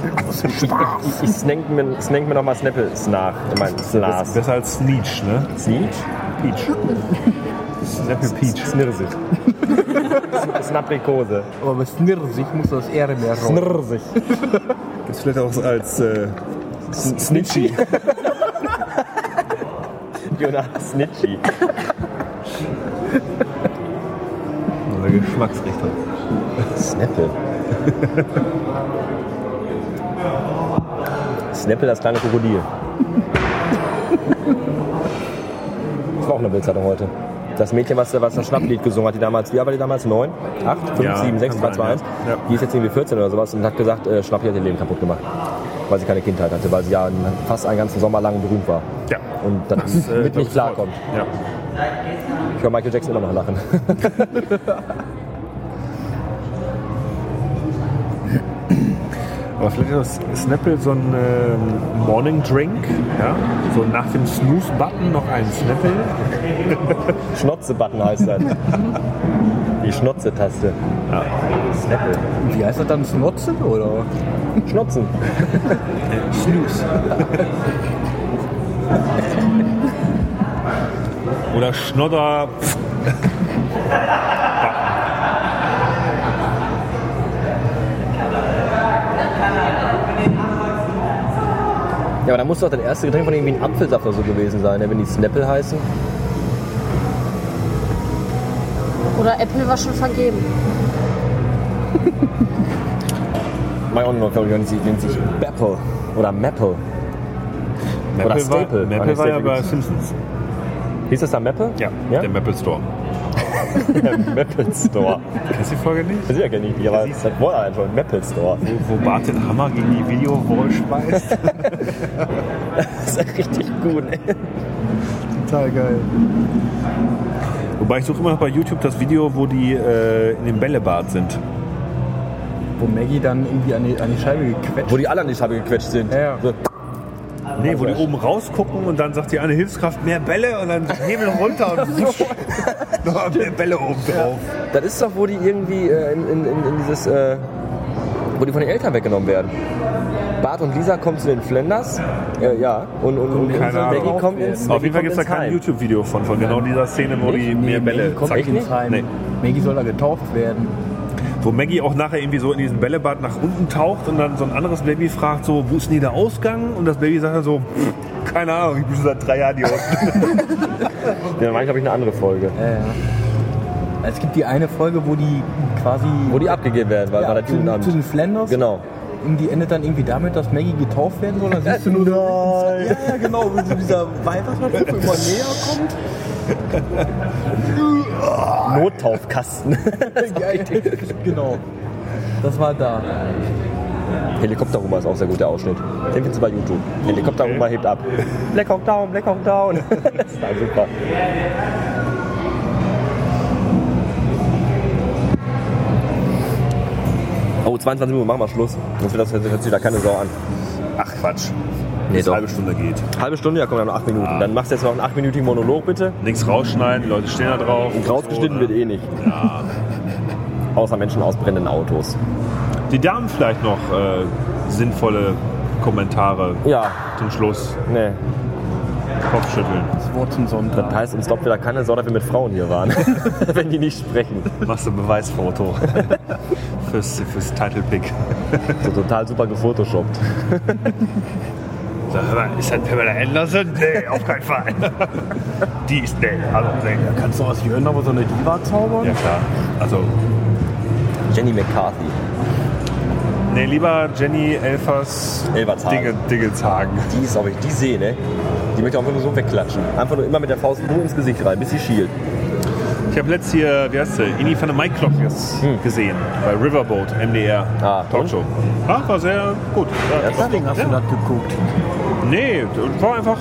Speaker 1: ich snank mir, snank mir noch mal Snapples nach. Ich mein,
Speaker 3: Das ist
Speaker 1: Slas.
Speaker 3: besser als Sneech, ne?
Speaker 1: Sneech?
Speaker 3: Peach. Apple Peach.
Speaker 1: Snirsig. Snappikose.
Speaker 2: Aber bei Snirsig muss das R mehr raus.
Speaker 1: Snirsig.
Speaker 3: Gibt's vielleicht auch als äh, Snitchy.
Speaker 1: Jonas Snitchy.
Speaker 3: Oder Geschmacksrichtung.
Speaker 1: Snappel. Snappel, das kleine Krokodil. Das war auch eine Bildzeitung heute. Das Mädchen, was, was das Schnapplied gesungen hat, die damals, wie alt war die damals? Neun? Acht? Fünf,
Speaker 3: Ja,
Speaker 1: sieben, sechs,
Speaker 3: kann
Speaker 1: drei,
Speaker 3: sein,
Speaker 1: zwei, eins.
Speaker 3: ja. Ja.
Speaker 1: Die ist jetzt irgendwie 14 oder sowas und hat gesagt, äh, Schnapplied hat ihr Leben kaputt gemacht. Weil sie keine Kindheit hatte, weil sie ja fast einen ganzen Sommer lang berühmt war.
Speaker 3: Ja.
Speaker 1: Und dann
Speaker 3: äh,
Speaker 1: mit nicht klarkommt.
Speaker 3: Ja.
Speaker 1: Ich höre Michael Jackson immer noch lachen.
Speaker 3: Aber vielleicht ist das Snapple so ein ähm, Morning Drink. Ja? So nach dem Snooze-Button noch ein Snapple.
Speaker 1: Schnotze-Button heißt das. Die Schnotze-Taste. Snappel.
Speaker 2: Wie heißt das dann? Snotzen oder?
Speaker 1: Schnotzen.
Speaker 3: Oder Schnodder.
Speaker 1: Ja, aber da muss doch das erste Getränk von irgendwie ein Apfelsaft oder so gewesen sein, ne? wenn die Snappel heißen.
Speaker 4: Oder Apple war schon vergeben.
Speaker 1: Mein Onkel, glaube ich, nennt sich- nennt sich Bapple oder Maple. Oder
Speaker 3: Maple war-
Speaker 1: Staple. Ah, nee,
Speaker 3: Maple war ja
Speaker 1: Staple
Speaker 3: bei
Speaker 1: gibt's.
Speaker 3: Simpsons.
Speaker 1: Hieß das da Maple?
Speaker 3: Ja,
Speaker 1: ja?
Speaker 3: der
Speaker 1: Der,
Speaker 3: Maple Store.
Speaker 1: Maple Store.
Speaker 3: Kennst du die Folge nicht?
Speaker 1: Das ist ja gar nicht, aber das war einfach ein Maple Store.
Speaker 3: Wo Bart den Hammer gegen die Videowall speist.
Speaker 1: Das ist ja richtig gut, ey.
Speaker 2: Total geil.
Speaker 3: Wobei ich suche immer noch bei YouTube das Video, wo die äh, in dem Bällebad sind.
Speaker 2: Wo Maggie dann irgendwie an die, an die Scheibe gequetscht
Speaker 1: Wo die alle an die Scheibe gequetscht sind.
Speaker 2: Ja, ja.
Speaker 1: So,
Speaker 3: Nee, wo die oben rausgucken und dann sagt die eine Hilfskraft mehr Bälle und dann Hebel runter und wusch, noch mehr Bälle oben drauf.
Speaker 1: Das ist doch, wo die irgendwie äh, in, in, in, in dieses, äh, wo die von den Eltern weggenommen werden. Bart und Lisa kommen zu den Flenders, äh, ja, und, und, und
Speaker 3: keine Ahnung.
Speaker 1: Maggie kommt ins
Speaker 3: Auf
Speaker 1: Maggie
Speaker 3: jeden
Speaker 1: kommt
Speaker 3: Fall gibt es da
Speaker 1: ins
Speaker 3: kein
Speaker 1: Heim.
Speaker 3: YouTube-Video von, von genau dieser Szene, wo die mehr Bälle
Speaker 1: kommt
Speaker 3: zack,
Speaker 1: echt nicht?
Speaker 3: ins Heim. Nee.
Speaker 2: Maggie soll da getauft werden.
Speaker 3: Wo Maggie auch nachher irgendwie so in diesen Bällebad nach unten taucht und dann so ein anderes Baby fragt so, wo ist denn hier der Ausgang? Und das Baby sagt dann so, "Pff, keine Ahnung, ich bin schon seit drei Jahren hier unten.
Speaker 1: Ja, dann war ich, glaube ich, eine andere Folge.
Speaker 2: Äh, es gibt die eine Folge, wo die quasi
Speaker 1: Wo die abgegeben werden, weil
Speaker 2: ja,
Speaker 1: war der
Speaker 2: zu, zu den
Speaker 1: Jugendamt.
Speaker 2: Flenders
Speaker 1: Genau.
Speaker 5: und die endet dann irgendwie damit, dass Maggie getauft werden soll. Dann siehst du nur so,
Speaker 2: Nein.
Speaker 5: ja, ja, genau, wie so dieser Weiberschlupf immer näher kommt.
Speaker 1: Nottaufkasten.
Speaker 5: genau. Das war da.
Speaker 1: Helikopterhummer ist auch sehr guter Ausschnitt. Den findest du bei YouTube. Helikopterhummer hebt ab. Black Hawk down, Black Hawk down. das ist dann super. Oh, 22 Uhr, machen wir Schluss. Sonst wird das hört sich- hört sich wieder keine Sau an.
Speaker 3: Ach Quatsch.
Speaker 1: Nee,
Speaker 3: Bis
Speaker 1: doch.
Speaker 3: halbe Stunde geht.
Speaker 1: Halbe Stunde, ja, kommen ja noch 8 Minuten. Dann machst du jetzt noch einen 8-minütigen Monolog, bitte.
Speaker 3: Nichts rausschneiden, die Leute stehen da drauf. und so,
Speaker 1: Rausgeschnitten
Speaker 3: ne?
Speaker 1: wird eh nicht. Außer Menschen aus brennenden Autos.
Speaker 3: Die Damen vielleicht noch äh, sinnvolle Kommentare
Speaker 1: Ja,
Speaker 3: zum Schluss.
Speaker 1: nee.
Speaker 3: Kopfschütteln.
Speaker 5: Das Wort zum Sonntag.
Speaker 1: Das heißt, uns glaubt wieder keine Sau, dass wir mit Frauen hier waren. Wenn die nicht sprechen.
Speaker 3: Machst du ein Beweisfoto fürs, fürs Titlepick.
Speaker 1: So total super gefotoshoppt.
Speaker 3: Sag mal, ist das Pamela Anderson? Nee, auf keinen Fall. Die ist, nee, hallo, nee.
Speaker 5: Kannst du aus Jörn aber so eine Diva zaubern?
Speaker 3: Ja klar, also,
Speaker 1: Jenny McCarthy.
Speaker 3: nee, lieber Jenny Elfers
Speaker 1: Elvershagen.
Speaker 3: Dinge, Dingelshagen.
Speaker 1: Die ist, ob ich die sehe, ne? Die möchte einfach nur so wegklatschen. Einfach nur immer mit der Faust nur ins Gesicht rein, bis sie schielt.
Speaker 3: Ich habe letztens hier, wie heißt sie, Ini van der Maiklock jetzt
Speaker 5: Hm.
Speaker 3: gesehen, bei Riverboat, MDR,
Speaker 1: Ah,
Speaker 3: Talkshow. Ah, war sehr gut. Ja,
Speaker 1: Ernsthaft?
Speaker 5: Deswegen hast du das geguckt.
Speaker 3: Nee, war einfach,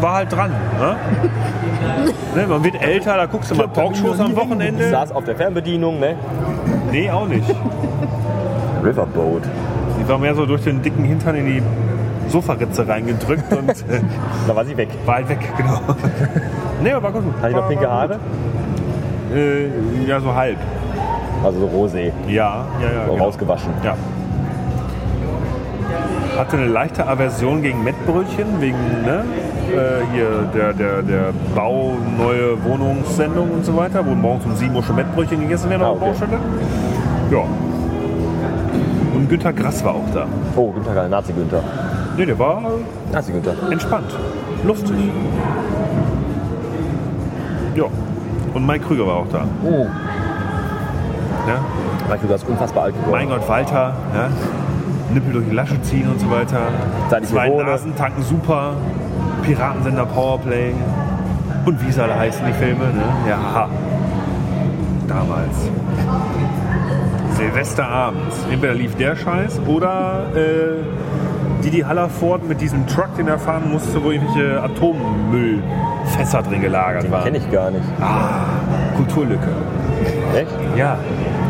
Speaker 3: war halt dran. Ne? ne, man wird älter, da guckst du mal Talkshows am
Speaker 1: Die
Speaker 3: Wochenende.
Speaker 1: saß auf der Fernbedienung, ne?
Speaker 3: Nee, auch nicht.
Speaker 1: Riverboat.
Speaker 3: Die war mehr so durch den dicken Hintern in die Sofaritze reingedrückt und äh,
Speaker 1: Da war sie weg.
Speaker 3: war halt weg, genau. Nee, aber war gut.
Speaker 1: Hat die noch
Speaker 3: War-
Speaker 1: pinke Haare?
Speaker 3: Äh, ja, so halb.
Speaker 1: Also so rosé.
Speaker 3: Ja, ja, ja.
Speaker 1: So
Speaker 3: genau.
Speaker 1: rausgewaschen.
Speaker 3: Ja. Hatte eine leichte Aversion gegen Mettbrötchen, wegen ne, äh, hier der, der, der Bau, neue Wohnungssendung und so weiter, wo morgens um 7 Uhr schon Mettbrötchen gegessen werden auf der
Speaker 1: Ah, okay.
Speaker 3: Baustelle. Ja. Und Günter Grass war auch da.
Speaker 1: Oh, Günther Gall, Nazi-Günther.
Speaker 3: Ne, der war
Speaker 1: Nazi-Günther.
Speaker 3: entspannt, lustig. Ja. Und Mike Krüger war auch da.
Speaker 1: Oh.
Speaker 3: Ne?
Speaker 1: Michael, du hast unfassbar alt geworden.
Speaker 3: Mein Gott, Walter, ja? Nippel durch die Lasche ziehen und so weiter.
Speaker 1: Seit ich
Speaker 3: Zwei
Speaker 1: hier wohne.
Speaker 3: Nasen tanken super. Piratensender Powerplay. Und wie sie alle heißen, die Filme, ne? Ja, haha. damals. Silvesterabends. Entweder lief der Scheiß oder äh, Didi Hallerford mit diesem Truck, den er fahren musste, wo irgendwelche Atommüllfässer drin gelagert waren.
Speaker 1: Kenne ich gar nicht.
Speaker 3: Kulturlücke.
Speaker 1: Echt?
Speaker 3: Ja,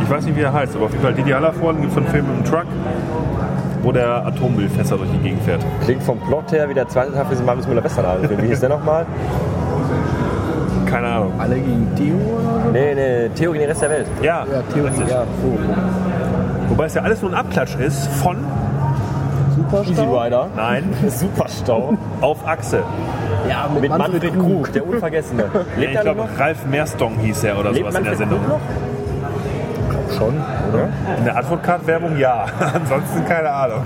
Speaker 3: ich weiß nicht, wie er heißt, aber auf jeden Fall Didi Hallervorden gibt es einen Film mit einem Truck, wo der Atommüllfässer durch die Gegend fährt.
Speaker 1: Klingt vom Plot her wie der zweite Teil für diesen Marius Müller-Westernhagen. Wie hieß der nochmal?
Speaker 3: Keine Ahnung.
Speaker 5: Alle gegen Theo oder so?
Speaker 1: Nee, nee, Theo gegen den Rest der Welt.
Speaker 3: Ja,
Speaker 5: Ja, Theo
Speaker 3: das
Speaker 5: gegen
Speaker 3: ist,
Speaker 5: ja, so.
Speaker 3: wobei es ja alles nur ein Abklatsch ist von,
Speaker 1: Easy Rider.
Speaker 3: nein,
Speaker 1: Superstau.
Speaker 3: auf Achse.
Speaker 5: Ja, mit,
Speaker 1: Mit Manfred Krug, der Unvergessene. Lebt
Speaker 3: Ich
Speaker 1: er
Speaker 3: glaube,
Speaker 1: noch?
Speaker 3: Ralf Meerstong hieß er oder
Speaker 1: Lebt
Speaker 3: sowas in der
Speaker 1: Manfred
Speaker 3: Sendung.
Speaker 1: Krug noch?
Speaker 5: Schon, oder?
Speaker 3: In der Antwortcard-Werbung ja, ansonsten keine Ahnung.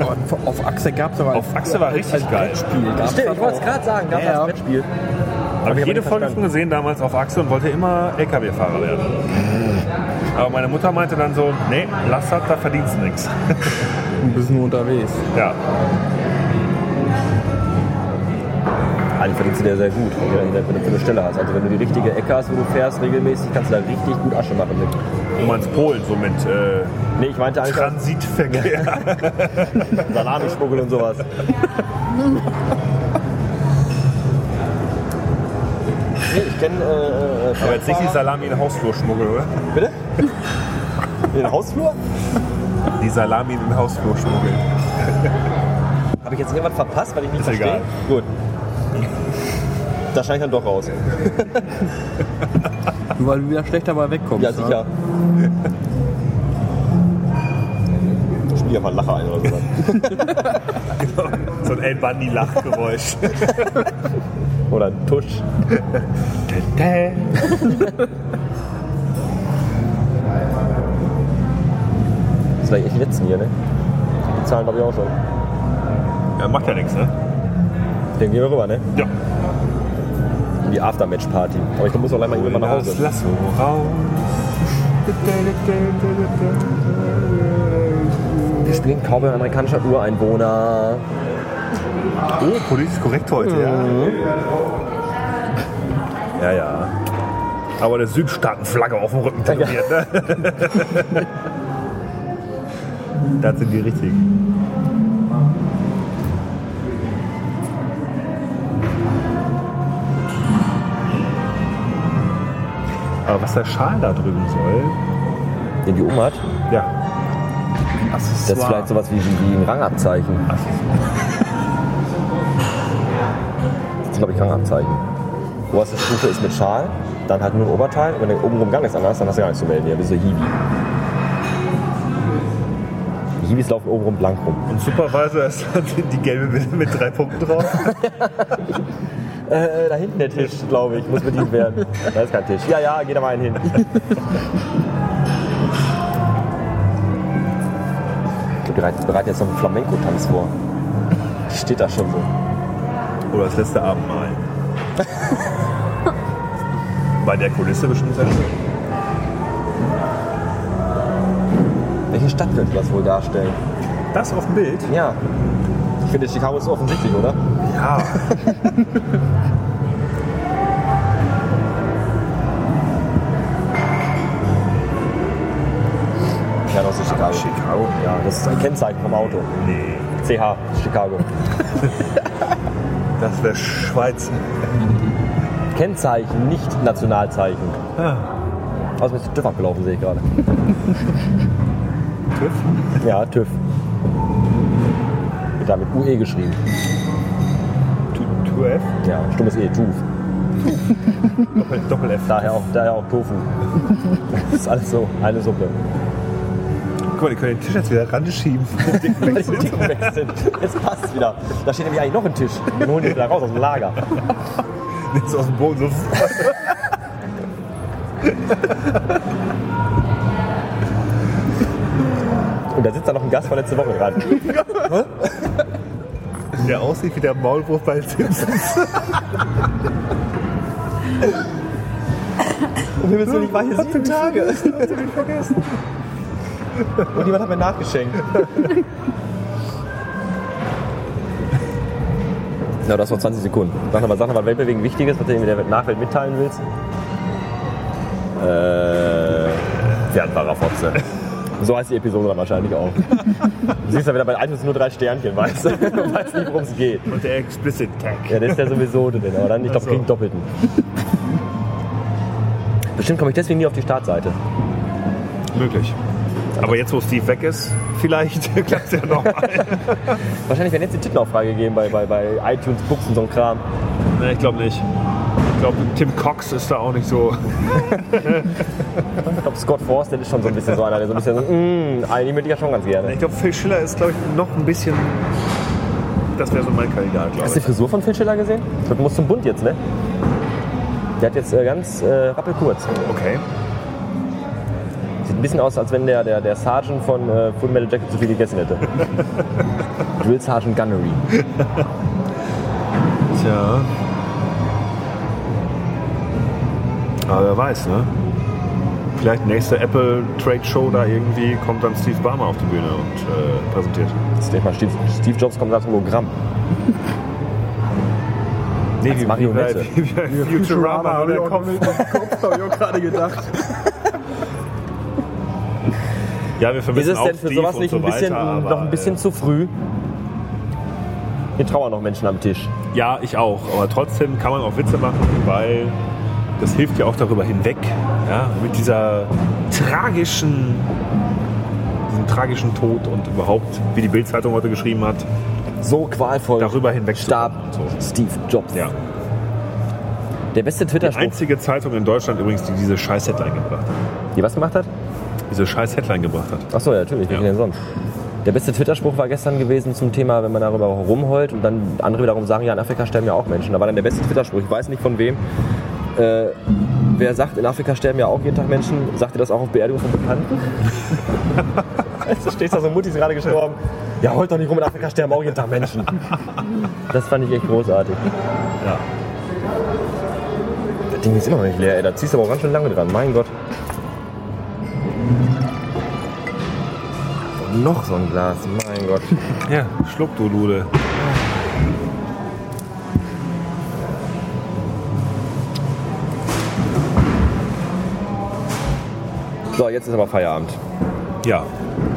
Speaker 5: Auf, auf Achse gab es aber
Speaker 3: Auf Achse war richtig geil.
Speaker 5: Brettspiel gab's
Speaker 1: Stimmt,
Speaker 5: das
Speaker 1: ich wollte es
Speaker 5: auch.
Speaker 1: gerade sagen, gab es
Speaker 5: Ja, ja.
Speaker 1: das Brettspiel.
Speaker 3: Habe ich
Speaker 1: aber
Speaker 3: jede
Speaker 1: nicht
Speaker 3: Folge
Speaker 1: verstanden.
Speaker 3: von gesehen damals auf Achse und wollte immer LKW-Fahrer werden. Aber meine Mutter meinte dann so, nee, lass das, da verdienst du nichts.
Speaker 5: Du bist nur unterwegs.
Speaker 3: Ja,
Speaker 1: Ah, die verdienst du dir sehr gut, wenn du- wenn du eine Stelle hast. Also wenn du die richtige Ecke hast, wo du fährst regelmäßig, kannst du da richtig gut Asche machen mit.
Speaker 3: du meinst Polen, so mit äh,
Speaker 1: Nee, ich meinte eigentlich auch
Speaker 3: Transitverkehr.
Speaker 1: Salamischmuggel und sowas. Nee, ich kenne äh, äh,
Speaker 3: Aber jetzt nicht die Salami in den Hausflur schmuggeln, oder?
Speaker 1: Bitte? Den Hausflur?
Speaker 3: Die Salami in den Hausflur schmuggeln.
Speaker 1: Habe ich jetzt irgendwas verpasst, weil ich nicht
Speaker 3: Ist
Speaker 1: verstehe?
Speaker 3: egal.
Speaker 1: Gut. Da schneide ich dann doch raus.
Speaker 5: Nur weil du wieder schlecht dabei wegkommst. ne?
Speaker 1: Ja, sicher. Ich spiele ja mal Lacher ein oder sowas.
Speaker 3: So ein El Bundy-Lachgeräusch.
Speaker 1: Oder ein Tusch. Das sind eigentlich echt die letzten hier, ne? Die Zahlen habe ich auch schon.
Speaker 3: ja, macht ja nichts, ne?
Speaker 1: Den gehen wir rüber, ne?
Speaker 3: Ja.
Speaker 1: In die Aftermatch-Party. Aber ich muss auch gleich mal irgendwann nach Hause.
Speaker 3: Lasso raus.
Speaker 1: Wir spielen Cowboy und amerikanischer Ureinwohner.
Speaker 3: Oh, politisch korrekt heute, Mhm. ja. Ja, ja. Aber der Südstaatenflagge auf dem Rücken tätowiert, ne? das sind die richtigen. Aber was der Schal da drüben soll,
Speaker 1: Den die Oma hat.
Speaker 3: ja.
Speaker 1: Das ist vielleicht sowas wie, wie ein Rangabzeichen. Das ist, glaube ich, Rangabzeichen. Oberste Stufe ist mit Schal, dann halt nur ein Oberteil. Und wenn du obenrum gar nichts anders hast, dann hast du gar nichts zu melden. Ja, bist du Hiwi. Die Hiwis laufen obenrum blank rum.
Speaker 3: Und Supervisor ist die, die gelbe mit, mit drei Punkten drauf.
Speaker 1: Äh, da hinten der Tisch, glaube ich, muss bedient werden. Da ist kein Tisch. Ja, ja, geh da mal einen hin. Ich glaub, die bereiten bereiten jetzt noch einen Flamenco-Tanz vor. Steht da schon so.
Speaker 3: Oder das letzte Abendmahl. Bei der Kulisse bestimmt sehr schön.
Speaker 1: Welche Stadt könnte das wohl darstellen?
Speaker 3: Das auf dem Bild?
Speaker 1: Ja. Ich finde, Chicago ist offensichtlich, oder?
Speaker 3: Ja.
Speaker 1: Ja, das ist Chicago.
Speaker 3: Chicago?
Speaker 1: Ja, das ist ein Kennzeichen vom Auto.
Speaker 3: Nee.
Speaker 1: CH, Chicago.
Speaker 3: Das wäre Schweiz.
Speaker 1: Kennzeichen, nicht Nationalzeichen.
Speaker 3: Ah,
Speaker 1: Außer mit TÜV abgelaufen, sehe ich gerade.
Speaker 3: TÜV?
Speaker 1: Ja, TÜV. Wird da mit UE geschrieben.
Speaker 3: Tu- TÜV?
Speaker 1: Ja, stummes E, TÜV.
Speaker 3: Doppel, Doppel F.
Speaker 1: Daher auch, daher auch Tofu. Das ist alles so, eine Suppe.
Speaker 3: Guck mal, die können den Tisch jetzt wieder ranschieben.
Speaker 1: Jetzt passt wieder. Da steht nämlich eigentlich noch ein Tisch. Wir holen den wieder raus aus dem Lager.
Speaker 3: jetzt aus dem Boden so.
Speaker 1: Und da sitzt da noch ein Gast von letzte Woche dran.
Speaker 3: Der aussieht wie der Maulwurf bei den Simpsons.
Speaker 1: Und wir wissen nicht, war hier sieben Tage. Und jemand hat mir nachgeschenkt. Na, das war 20 Sekunden. Sag nochmal, sag nochmal, weltbewegend Wichtiges, was du mit der Nachwelt mitteilen willst. Äh, Pferdfahrer Fotze. So heißt die Episode dann wahrscheinlich auch. Du siehst ja wieder bei iTunes nur drei Sternchen, weißt du? Du weißt nicht, worum es geht.
Speaker 3: Und der Explicit Tag.
Speaker 1: Ja, der ist ja sowieso drin, aber dann nicht auf
Speaker 3: Ach so.
Speaker 1: den Doppelten. Bestimmt komme ich deswegen nie auf die Startseite.
Speaker 3: Möglich. Aber jetzt, wo Steve weg ist, vielleicht klappt es ja nochmal.
Speaker 1: Wahrscheinlich werden jetzt die Titel auch freigegeben bei, bei, bei iTunes, Books und so ein Kram.
Speaker 3: nee, ich glaube nicht. Ich glaube, Tim Cox ist da auch nicht so.
Speaker 1: Ich glaube, Scott Forster ist schon so ein bisschen so einer, der so ein bisschen so, mm, eigentlich möchte ich ja schon ganz gerne.
Speaker 3: Ich glaube, Phil Schiller ist, glaube ich, noch ein bisschen. Das wäre so mein Kandidat, glaube
Speaker 1: Hast du die
Speaker 3: ich.
Speaker 1: Frisur von Phil Schiller gesehen? Das muss zum Bund jetzt, ne? Der hat jetzt äh, ganz äh, rappelkurz.
Speaker 3: Okay.
Speaker 1: Sieht ein bisschen aus, als wenn der, der, der Sergeant von äh, Full Metal Jacket zu viel gegessen hätte. Drill Sergeant Gunnery.
Speaker 3: Tja. Aber wer weiß, ne? Vielleicht nächste Apple Trade Show da irgendwie kommt dann Steve Barmer auf die Bühne und äh, präsentiert.
Speaker 1: Das ist nicht mal Steve, Steve Jobs kommt als Hologramm.
Speaker 3: Nee,
Speaker 1: Als Marionette.
Speaker 3: Äh, Wie, wie, bei Futurama, oder? Kommt-
Speaker 1: genau.
Speaker 2: Habe ich auch gerade gedacht.
Speaker 3: Ja, wir
Speaker 1: Ist
Speaker 3: vermissen
Speaker 1: es
Speaker 3: auch
Speaker 1: denn für
Speaker 3: Steve
Speaker 1: sowas
Speaker 3: und
Speaker 1: nicht
Speaker 3: so
Speaker 1: ein bisschen,
Speaker 3: weiter, aber, äh,
Speaker 1: noch ein bisschen zu früh? Hier trauern noch Menschen am Tisch.
Speaker 3: äh, Ja, ich auch. Aber trotzdem kann man auch Witze machen, weil das hilft ja auch darüber hinweg. Ja, mit dieser tragischen, diesem tragischen Tod und überhaupt, wie die Bildzeitung heute geschrieben hat,
Speaker 1: So qualvoll
Speaker 3: darüber hinweg
Speaker 1: starb
Speaker 3: So.
Speaker 1: Steve Jobs.
Speaker 3: Ja.
Speaker 1: Der beste Twitter-Spruch,
Speaker 3: Einzige Zeitung in Deutschland übrigens, die diese scheiß Headline gebracht hat.
Speaker 1: die was gemacht hat?
Speaker 3: Diese scheiß Headline gebracht hat.
Speaker 1: Achso, ja, natürlich, wie
Speaker 3: Ja.
Speaker 1: denn sonst? Der beste Twitter-Spruch war gestern gewesen zum Thema, wenn man darüber rumheult und dann andere wiederum sagen, ja, in Afrika sterben ja auch Menschen. Da war dann der beste Twitter-Spruch, ich weiß nicht von wem. Äh, wer sagt, in Afrika sterben ja auch jeden Tag Menschen, sagt ihr das auch auf Beerdigung von Bekannten? du stehst da so, Mutti ist gerade gestorben. Ja, heult doch nicht rum, in Afrika sterben auch jeden Tag Menschen. Das fand ich echt großartig.
Speaker 3: Ja.
Speaker 1: Das Ding ist immer noch nicht leer, ey. Da ziehst du aber auch ganz schön lange dran. Mein Gott. Noch so ein Glas, mein Gott.
Speaker 3: Ja, schluck du Lude.
Speaker 1: So, jetzt ist aber Feierabend.
Speaker 3: Ja,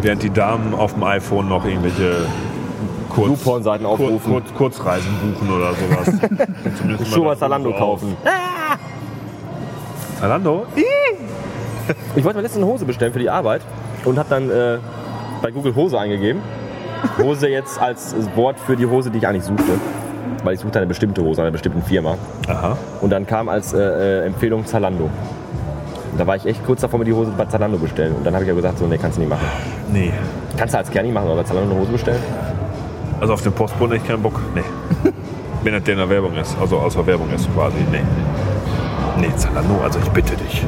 Speaker 3: während die Damen auf dem iPhone noch irgendwelche kurz,
Speaker 1: Pornseiten
Speaker 3: kurz,
Speaker 1: aufrufen.
Speaker 3: kurz, Kurzreisen buchen oder sowas. Zumindest
Speaker 1: Schon
Speaker 3: mal
Speaker 1: mal
Speaker 3: das
Speaker 1: Zalando
Speaker 3: so
Speaker 1: kaufen.
Speaker 3: auf. Zalando?
Speaker 1: Ich wollte mir letztens eine Hose bestellen für die Arbeit und habe dann äh, bei Google Hose eingegeben. Hose jetzt als Wort für die Hose, die ich eigentlich suchte. Weil ich suchte eine bestimmte Hose, einer bestimmten Firma.
Speaker 3: Aha.
Speaker 1: Und dann kam als äh, äh, Empfehlung Zalando. Und da war ich echt kurz davor, mir die Hose bei Zalando bestellen. Und dann habe ich ja gesagt, so, nee, kannst du nicht machen.
Speaker 3: Nee.
Speaker 1: Kannst du als Kerl nicht machen, aber bei Zalando eine Hose bestellen?
Speaker 3: Also auf den Postboten hätte ich keinen Bock. Nee. Wenn das der in der Werbung ist. Also aus der Werbung ist quasi. Nee. Nee, Zalando, also ich bitte dich.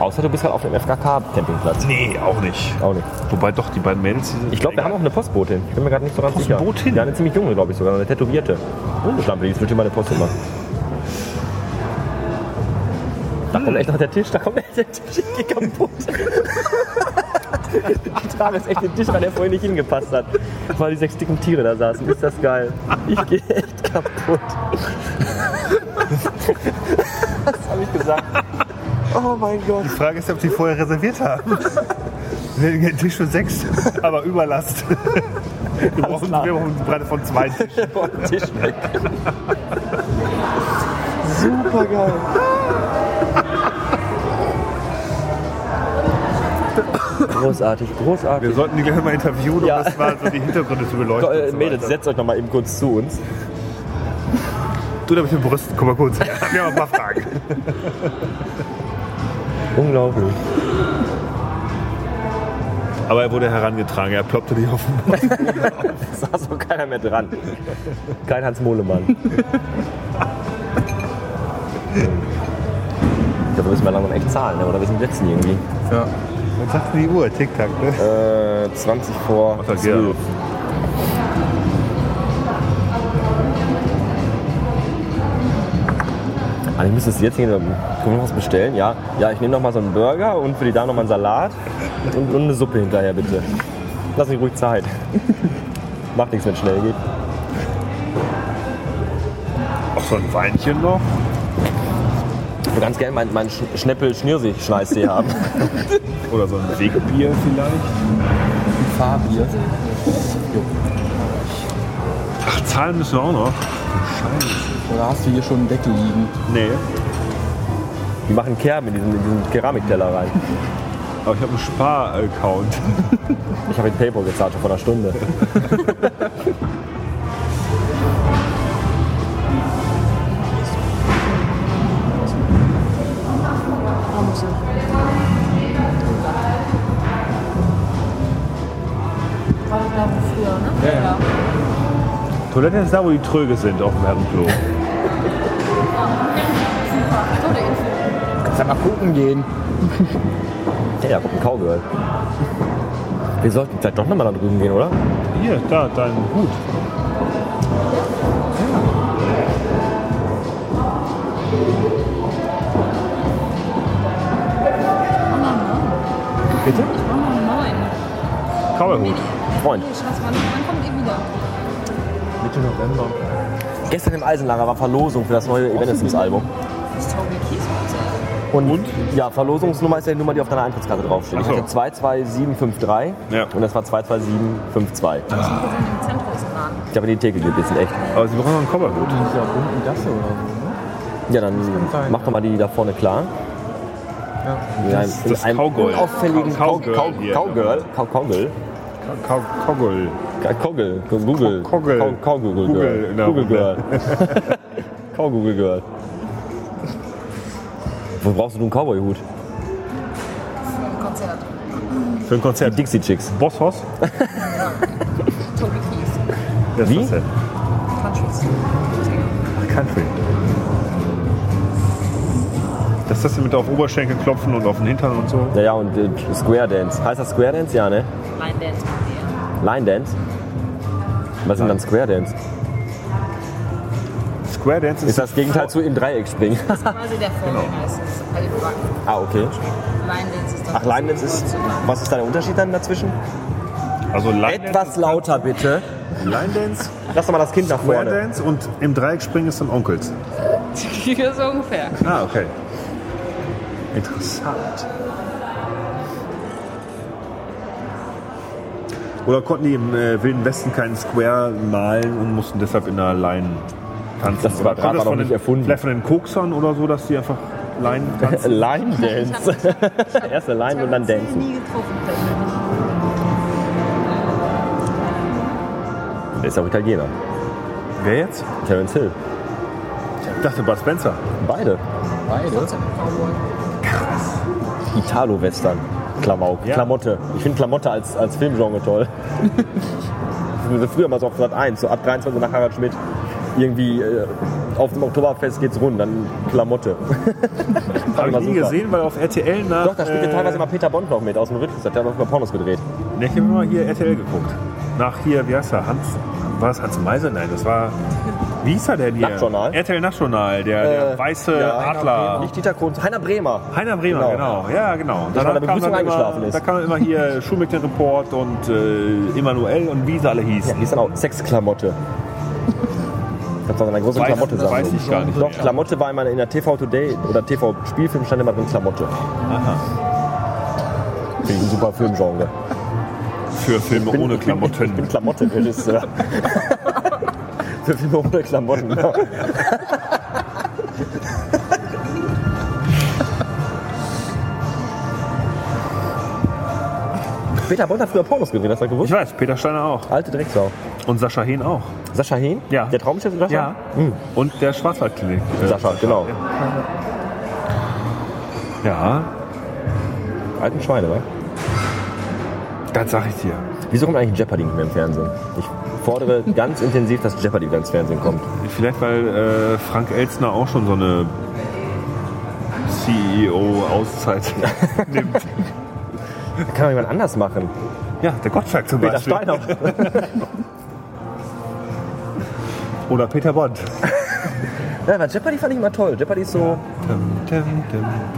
Speaker 1: Außer du bist halt auf dem FKK-Campingplatz.
Speaker 3: Nee, auch nicht.
Speaker 1: Auch nicht.
Speaker 3: Wobei doch, die beiden Mädels, die sind.
Speaker 1: Ich glaube, wir haben auch eine Postbotin. Ich bin mir gerade nicht so ganz sicher.
Speaker 3: Postbotin?
Speaker 1: Ja, eine ziemlich junge, glaube ich sogar. Eine tätowierte. Hundestampe, die wird immer eine Postnummer. Da kommt echt noch der Tisch, da kommt echt der Tisch ich geh kaputt. Ich trage jetzt echt den Tisch ran, der vorhin nicht hingepasst hat. Weil die sechs dicken Tiere da saßen. Ist das geil. Ich gehe echt kaputt. Was habe ich gesagt? Oh mein Gott.
Speaker 3: Die Frage ist, ob die vorher reserviert haben. Wir Tisch für sechs, aber Überlast. Wir brauchen,
Speaker 1: klar.
Speaker 3: wir brauchen eine Breite von zwei Tischen.
Speaker 1: Vom Tisch weg. Super geil. Großartig, großartig.
Speaker 3: Wir sollten die gleich mal interviewen,
Speaker 1: Ja.
Speaker 3: um das mal so die Hintergründe zu beleuchten.
Speaker 1: So,
Speaker 3: und
Speaker 1: äh,
Speaker 3: so
Speaker 1: Mädels,
Speaker 3: weiter.
Speaker 1: setzt euch noch mal eben kurz zu uns.
Speaker 3: du da mit den Brüsten, komm mal kurz. her. Wir haben ein paar Fragen.
Speaker 1: Unglaublich.
Speaker 3: Aber er wurde herangetragen, er ploppte nicht auf den Boden.
Speaker 1: Saß auch keiner mehr dran. Kein Hans Mohlemann. Ich glaube, wir müssen mal langsam echt zahlen, ne? oder wir sind die letzten irgendwie.
Speaker 3: Was sagt die Uhr? Tick-Tack, ne?
Speaker 1: Äh, 20 vor
Speaker 3: Was sagt ihr?
Speaker 1: Ah, ich müsste es jetzt gehen. Können wir noch was bestellen? Ja. Ja, ich nehme noch mal so einen Burger und für die Dame noch mal einen Salat und, und eine Suppe hinterher, bitte. Lass mich ruhig Zeit. Macht nichts, wenn es schnell geht.
Speaker 3: Auch so ein Weinchen noch?
Speaker 1: Ich würde ganz gerne meinen mein Schneppel schniersig schneistee haben.
Speaker 3: Oder so ein Wegbier vielleicht?
Speaker 2: Fahrbier.
Speaker 3: Ach, zahlen müssen wir auch noch.
Speaker 2: Oder hast du hier schon einen Deckel liegen?
Speaker 3: Nee.
Speaker 1: Die machen Kerben in diesen, in diesen Keramikteller rein.
Speaker 3: Aber ich habe einen Spar-Account.
Speaker 1: Ich habe den Paypal gezahlt schon vor einer Stunde.
Speaker 4: Oh, War doch da wo früher, ne? Ja, ja.
Speaker 3: Toilette ist da, wo die Tröge sind, auf dem Herrenklo.
Speaker 4: So, Oh, der Info.
Speaker 2: Kannst ja mal gucken gehen.
Speaker 1: Ja, da kommt ein Cowgirl. Wir sollten vielleicht doch nochmal da drüben gehen, oder?
Speaker 3: Hier, da, dein Hut.
Speaker 1: Bitte?
Speaker 4: Mach mal einen neuen.
Speaker 3: Cowboyhut.
Speaker 1: Freund.
Speaker 4: Nee, Schatz, wann, wann kommt ihr wieder?
Speaker 1: Mitte November. Gestern im Eisenlager war Verlosung für das neue Evanescence-Album.
Speaker 4: Ist Toby Keith heute?
Speaker 1: Und, Ja, Verlosungsnummer ist ja die Nummer, die auf deiner Eintrittskarte draufsteht.
Speaker 3: Ach so.
Speaker 1: Ich hatte 22753
Speaker 3: Ja.
Speaker 1: und das war 22752.
Speaker 4: Wir sind im Zentrum ist dran.
Speaker 1: Ich habe in die Theke gebissen, echt.
Speaker 3: Aber sie brauchen noch einen Cowboyhut.
Speaker 2: In dieser bunten Gasse oder so.
Speaker 1: Ja, dann
Speaker 2: sein,
Speaker 1: mach doch mal die da vorne klar. Ja, in
Speaker 3: das Cowgirl.
Speaker 1: unauffälligen
Speaker 3: Cow-
Speaker 1: Cow-
Speaker 3: Cowgirl
Speaker 1: Cow-
Speaker 3: hier.
Speaker 1: Cowgirl. genau. Cow- Cowgirl.
Speaker 3: Cowgirl.
Speaker 1: Äh, Kogel, Google.
Speaker 3: Kogel.
Speaker 1: Ko- Ko- Google genau.
Speaker 3: Google in
Speaker 1: Girl.
Speaker 3: der
Speaker 1: Google Girl. Ko- Google Girl. Wo brauchst du einen Cowboy-Hut?
Speaker 4: Für ein Konzert.
Speaker 3: Für ein Konzert.
Speaker 1: Dixie Chicks.
Speaker 3: Boss Hoss?
Speaker 4: Toby Keith.
Speaker 3: Das
Speaker 1: Wie?
Speaker 3: ist das
Speaker 4: Countries.
Speaker 3: denn? Country. Das ist das denn mit auf Oberschenkel klopfen und auf den Hintern und so?
Speaker 1: Ja, ja, und äh, Square Dance. Heißt das Square Dance? Ja, ne?
Speaker 4: Line Dance mit dir.
Speaker 1: Line Dance? Was sind dann Square Dance?
Speaker 3: Square Dance
Speaker 1: Ist das Gegenteil zu im Dreieck springen?
Speaker 4: Quasi Also der Vorgänger ist es. Also Line
Speaker 1: ah, okay.
Speaker 4: Dance ist das.
Speaker 1: Genau. Ach, Line Dance ist. Was ist da der Unterschied dann dazwischen?
Speaker 3: also Line
Speaker 6: Etwas lauter bitte.
Speaker 3: Dance, Line Dance,
Speaker 1: Lass doch mal das Kind nach
Speaker 3: Square
Speaker 1: vorne.
Speaker 3: Dance und im Dreieck springen ist dann Onkels.
Speaker 4: so ungefähr.
Speaker 3: Ah, okay. Interessant. Oder konnten die im äh, Wilden Westen keinen Square malen und mussten deshalb in einer Line tanzen?
Speaker 1: Das war-
Speaker 3: Oder
Speaker 1: war
Speaker 3: kommt
Speaker 1: noch
Speaker 3: von den,
Speaker 1: nicht erfunden.
Speaker 3: Vielleicht von den Koksern oder so, dass die einfach Line tanzen?
Speaker 1: Line Dance. Erst eine Line und dann
Speaker 4: Dance.
Speaker 1: Dancen.
Speaker 4: nie getroffen. tatsächlich.
Speaker 1: Der ist auch Italiener.
Speaker 3: Wer jetzt?
Speaker 1: Terence Hill.
Speaker 3: Ich dachte Bud Spencer.
Speaker 1: Beide.
Speaker 4: Trotzdem Cowboy.
Speaker 1: Italo-Western. Klamauk,
Speaker 3: Ja.
Speaker 1: Klamotte. Ich finde Klamotte als, als Filmgenre toll. Früher mal so auf Platz 1, so ab 23 nach Harald Schmidt. Irgendwie äh, auf dem Oktoberfest geht's rund, dann Klamotte.
Speaker 3: Habe ich
Speaker 1: mal
Speaker 3: nie
Speaker 1: super.
Speaker 3: gesehen, weil auf RTL nach...
Speaker 1: Doch, da spielt ja
Speaker 3: äh,
Speaker 1: teilweise mal Peter Bond noch mit aus dem Ritz. Der hat noch über Pornos gedreht.
Speaker 3: Ne, ich habe immer hier RTL geguckt. Nach hier, wie heißt er? Hans, war es Hans Meiser? Nein, das war. Wie hieß er denn hier?
Speaker 1: Nachtjournal?
Speaker 3: RTL Nachtjournal, der, der
Speaker 1: Äh,
Speaker 3: weiße
Speaker 1: ja,
Speaker 3: Adler.
Speaker 1: Nicht Dieter Kohn, Heiner Bremer.
Speaker 3: Heiner Bremer, genau. Ja, genau.
Speaker 1: bei der
Speaker 3: Danach kam
Speaker 1: Begrüßung
Speaker 3: dann
Speaker 1: eingeschlafen
Speaker 3: immer,
Speaker 1: ist.
Speaker 3: da kam immer hier Schumack den Report und äh, Emanuel und wie sie alle
Speaker 1: Ja,
Speaker 3: hießen.
Speaker 1: die ist dann auch Sexklamotte. Kannst du auch eine große
Speaker 3: Weiß-
Speaker 1: Klamotte sagen.
Speaker 3: weiß ich gar nicht
Speaker 1: Doch,
Speaker 3: mehr.
Speaker 1: Klamotte war immer in der TV Today oder TV Spielfilm stand immer drin Klamotte. Finde ich ein super Filmgenre.
Speaker 3: Für Filme ohne
Speaker 1: Ich bin
Speaker 3: Klamotten.
Speaker 1: Klamottenregisseur. Für Filme ohne Klamotten. genau. Peter Bond hat früher Pornos gedreht, hast du das
Speaker 3: Ich
Speaker 1: gewusst?
Speaker 3: weiß, Peter Steiner auch.
Speaker 1: Alte Drecksau.
Speaker 3: Und Sascha Hehn auch.
Speaker 1: Sascha Hehn?
Speaker 3: Ja.
Speaker 1: Der Traumschiff Sascha? Hm.
Speaker 3: Und der Schwarzwaldklinik. äh,
Speaker 1: Sascha, genau.
Speaker 3: Ja,
Speaker 1: Alten Schweine, wa?
Speaker 3: das sag ich dir.
Speaker 1: Wieso kommt eigentlich Jeopardy nicht mehr im Fernsehen? Ich fordere ganz intensiv, dass Jeopardy wieder ins Fernsehen kommt.
Speaker 3: Vielleicht, weil äh, Frank Elzner auch schon so eine CEO-Auszeit nimmt.
Speaker 1: Da kann man jemand anders machen.
Speaker 3: Ja, der Gottschalk zum
Speaker 1: Peter
Speaker 3: Beispiel.
Speaker 1: Steiner.
Speaker 3: Oder Peter Bond.
Speaker 1: Ja, aber Jeopardy fand ich immer toll. Jeopardy ist so.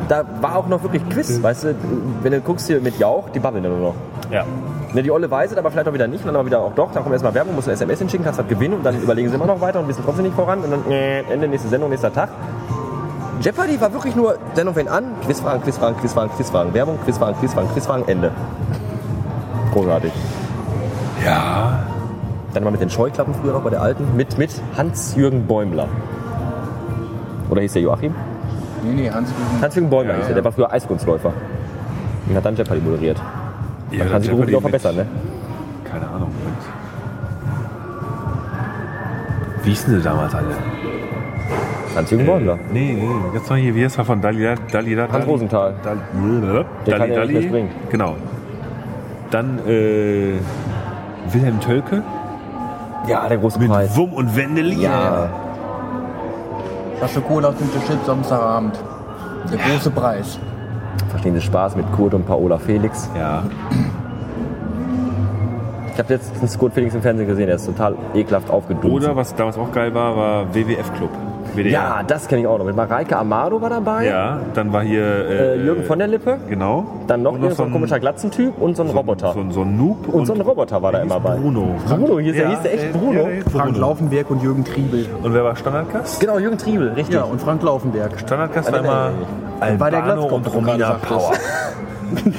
Speaker 1: Da war auch noch wirklich Quiz, weißt du? Wenn du guckst hier mit Jauch, die babbeln ja nur noch.
Speaker 3: Ja.
Speaker 1: Ne, die Olle weiß es, aber vielleicht auch wieder nicht. Und dann aber wieder auch doch. Da kommt erstmal Werbung, musst du eine SMS hinschicken, kannst was gewinnen. Und dann überlegen sie immer noch weiter und wissen trotzdem nicht voran. Und dann äh, Ende, nächste Sendung, nächster Tag. Jeopardy war wirklich nur Sendung fängt an, Quizfragen, Quizfragen, Quizfragen, Quizfragen, Werbung, Quizfragen, Quizfragen, Quizfragen, Ende. Großartig.
Speaker 3: Ja.
Speaker 1: Dann mal mit den Scheuklappen früher noch bei der alten. Mit, mit Hans-Jürgen Bäumler. Oder hieß der Joachim?
Speaker 2: Nee, nee, Hans.
Speaker 1: Hans-Jürgen Bäumler
Speaker 3: Ja,
Speaker 1: hieß der. Der war früher Eiskunstläufer. Und hat dann Jeopardy moderiert.
Speaker 3: ja
Speaker 1: Kann sich beruflich auch verbessern, ne?
Speaker 3: Keine Ahnung. Wie hießen sie damals alle? Äh,
Speaker 1: Hans-Jürgen Bäumler.
Speaker 3: Nee, nee, jetzt noch hier, wie heißt er von Dali Dali Dali Dali?
Speaker 1: Hans Rosenthal.
Speaker 3: Dali, Dali,
Speaker 1: Der kann
Speaker 3: Dali,
Speaker 1: ja nicht mehr springen.
Speaker 3: Genau. Dann äh, Wilhelm Tölke
Speaker 1: Ja, der große
Speaker 3: mit
Speaker 1: Preis.
Speaker 3: Wumm und Wendelier.
Speaker 1: Ja.
Speaker 2: Flasche Cola, Tüte Chips, Samstagabend. Der große Preis.
Speaker 1: Verstehen Sie Spaß mit Kurt und Paola Felix.
Speaker 3: ja.
Speaker 1: Ich habe letztens Kurt Felix im Fernsehen gesehen. Der ist total ekelhaft aufgedunsen.
Speaker 3: Oder was damals auch geil war, war WWF Club. WDR.
Speaker 1: Ja, das kenne ich auch noch. Mit Mareike Amado war dabei.
Speaker 3: Ja, dann war hier
Speaker 1: Äh,
Speaker 3: äh,
Speaker 1: Jürgen von der Lippe.
Speaker 3: Genau.
Speaker 1: Dann noch,
Speaker 3: Und
Speaker 1: irgend so ein komischer Glatzentyp und so ein Roboter.
Speaker 3: So, ein- so ein Noob
Speaker 1: Und so ein Roboter war da
Speaker 3: der hieß
Speaker 1: immer bei.
Speaker 3: Bruno.
Speaker 1: Bruno, hieß, der
Speaker 3: Ja,
Speaker 1: hieß der echt
Speaker 3: äh,
Speaker 1: Bruno.
Speaker 3: ja, ja.
Speaker 2: Frank
Speaker 3: Bruno.
Speaker 2: Laufenberg und Jürgen Triebel.
Speaker 3: Und wer war Standardgast?
Speaker 1: Genau, Jürgen Triebel, richtig.
Speaker 2: Ja, und Frank Laufenberg.
Speaker 3: Standardgast war
Speaker 1: Nein, nein,
Speaker 3: immer
Speaker 2: War der
Speaker 3: Albano und
Speaker 2: Glatzkopf, wo du gerade
Speaker 3: Romina
Speaker 2: sagtest.
Speaker 3: Power.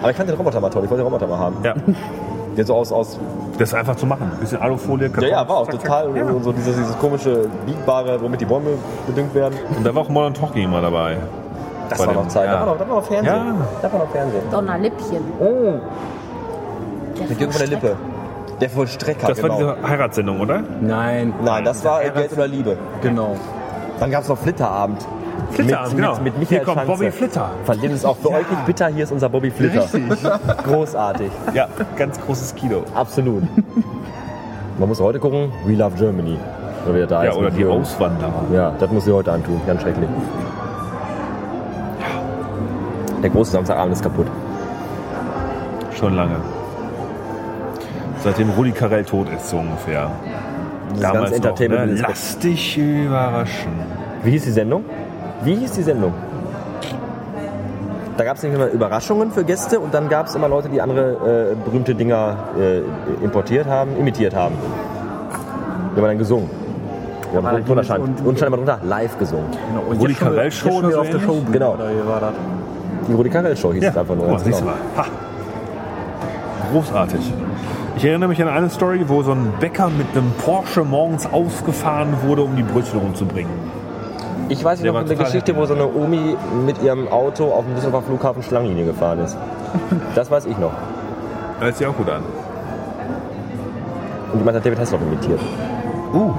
Speaker 1: Aber ich kann den Roboter mal toll, ich wollte den Roboter mal haben.
Speaker 3: Ja,
Speaker 1: Der so aus, aus
Speaker 3: das ist einfach zu machen. Ein bisschen Alufolie,
Speaker 1: Ja,
Speaker 3: Karton.
Speaker 1: ja, war auch
Speaker 3: Zack, zack.
Speaker 1: total
Speaker 3: Ja.
Speaker 1: und so dieses, dieses komische Biegbare, womit die Bäume bedüngt werden.
Speaker 3: Und da war auch Modern Talking immer dabei.
Speaker 1: Das
Speaker 3: Bei
Speaker 1: war
Speaker 3: dem-
Speaker 1: noch Zeit.
Speaker 3: ja.
Speaker 1: Da, war noch, da war noch Fernsehen.
Speaker 3: Ja.
Speaker 1: Da war noch Fernsehen.
Speaker 4: Donnerlippchen.
Speaker 1: Oh,
Speaker 4: Der
Speaker 1: mit Jürgen von der Lippe. Der Vollstrecker,
Speaker 3: Das war
Speaker 1: genau.
Speaker 3: diese Heiratssendung, oder?
Speaker 2: Nein.
Speaker 1: Nein, das war äh, Geld oder Liebe.
Speaker 2: Genau.
Speaker 1: Dann gab es noch Flitterabend.
Speaker 3: Flitterabend,
Speaker 1: mit,
Speaker 3: genau.
Speaker 1: Mit, mit Michael
Speaker 3: Hier kommt
Speaker 1: Schanze.
Speaker 3: Bobby Flitter.
Speaker 1: Von dem ist auch für euch nicht bitter, hier ist unser Bobby Flitter. Großartig,
Speaker 3: Ja, ganz großes Kino.
Speaker 1: absolut. Man muss heute gucken, We Love Germany. Oder wie der da
Speaker 3: Ja,
Speaker 1: ist
Speaker 3: oder
Speaker 1: mit
Speaker 3: die
Speaker 1: Jürgen.
Speaker 3: Auswanderer.
Speaker 1: Ja, das muss ich heute antun. Ganz schrecklich. Der große Samstagabend ist kaputt.
Speaker 3: Schon lange. Seitdem Rudi Carell tot ist, so ungefähr.
Speaker 7: Das
Speaker 3: Damals
Speaker 7: ganze
Speaker 3: noch, ne?
Speaker 7: Business.
Speaker 3: Lass dich überraschen.
Speaker 7: Wie hieß die Sendung? Wie hieß die Sendung? Da gab es nämlich immer Überraschungen für Gäste und dann gab es immer Leute, die andere äh, berühmte Dinger äh, importiert haben, imitiert haben. Die haben dann gesungen. Ja,
Speaker 5: war
Speaker 7: und
Speaker 5: da
Speaker 7: drunter stand,
Speaker 5: und-
Speaker 7: und stand immer drunter, live gesungen.
Speaker 5: Genau. Und
Speaker 3: Rudi
Speaker 5: jetzt schon wieder-
Speaker 3: Carrell
Speaker 5: jetzt
Speaker 3: Show
Speaker 5: schon
Speaker 3: oder
Speaker 5: wieder
Speaker 3: so
Speaker 5: auf der
Speaker 3: ähnlich?
Speaker 5: Show.
Speaker 7: Genau.
Speaker 5: Oder wie war das?
Speaker 7: Die Rudi Carrell Show hieß es einfach
Speaker 3: guck
Speaker 7: nur.
Speaker 3: mal,
Speaker 7: ganz
Speaker 3: siehst du
Speaker 7: genau.
Speaker 3: mal. Ha. Großartig. Ich erinnere mich an eine Story, wo so ein Bäcker mit einem Porsche morgens aufgefahren wurde, um die Brötchen rumzubringen.
Speaker 7: Ich weiß
Speaker 3: Der
Speaker 7: nicht noch
Speaker 3: war
Speaker 7: eine
Speaker 3: total
Speaker 7: Geschichte,
Speaker 3: happy.
Speaker 7: wo so eine Omi mit ihrem Auto auf dem Düsseldorfer Flughafen Schlangenlinie gefahren ist. Das weiß ich noch.
Speaker 3: Hört sich auch gut an.
Speaker 7: Und jemand hat David Hasselhoff imitiert.
Speaker 3: Uh,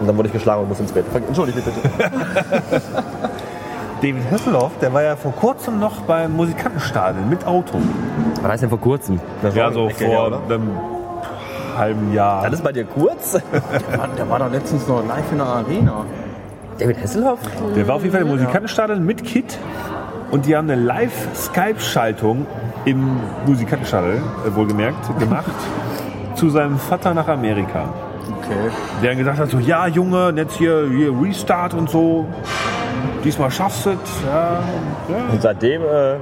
Speaker 7: Und dann wurde ich geschlagen und musste ins Bett. Entschuldige bitte.
Speaker 3: David Hasselhoff, der war ja vor kurzem noch beim Musikantenstadel mit Auto.
Speaker 7: Wann heißt denn vor kurzem? Das war
Speaker 3: Ja, so
Speaker 7: nicht länger,
Speaker 3: vor
Speaker 7: oder?
Speaker 3: einem halben Jahr.
Speaker 7: Alles bei dir kurz?
Speaker 5: Mann, der war doch letztens noch live in der Arena.
Speaker 7: David Hasselhoff?
Speaker 3: Der war auf jeden Fall im Musikantenstadion mit Kit und die haben eine Live-Skype-Schaltung im Musikantenstadion, äh, wohlgemerkt, gemacht zu seinem Vater nach Amerika.
Speaker 5: Okay.
Speaker 3: Der dann gesagt hat, so, ja Junge, jetzt hier, hier Restart und so, diesmal schaffst du es. Ja,
Speaker 7: Und seitdem äh,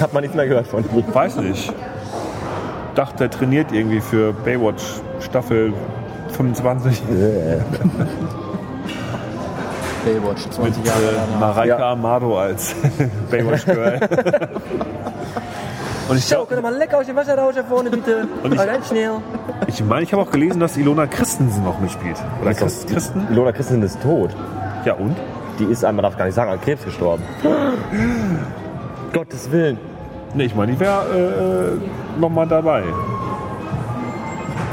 Speaker 7: hat man nichts mehr gehört von ihm.
Speaker 3: weiß nicht. Dachte, der trainiert irgendwie für Baywatch Staffel 25
Speaker 5: Baywatch, 20
Speaker 3: mit äh,
Speaker 5: Jahre danach.
Speaker 3: Mareike
Speaker 7: Ja.
Speaker 3: Amado als Baywatch Girl. und ich glaube,
Speaker 7: mal lecker aus dem Wasser raus da vorne, bitte.
Speaker 3: Und ich- Aber
Speaker 7: ganz schnell.
Speaker 3: Ich meine, ich habe auch gelesen, dass Ilona Christensen noch mitspielt. Oder Christ, Christen?
Speaker 7: Ilona Christensen ist tot.
Speaker 3: Ja und?
Speaker 7: Die ist, man darf gar nicht sagen, an Krebs gestorben. Gottes Willen.
Speaker 3: Nee, ich meine, die wäre äh, nochmal dabei.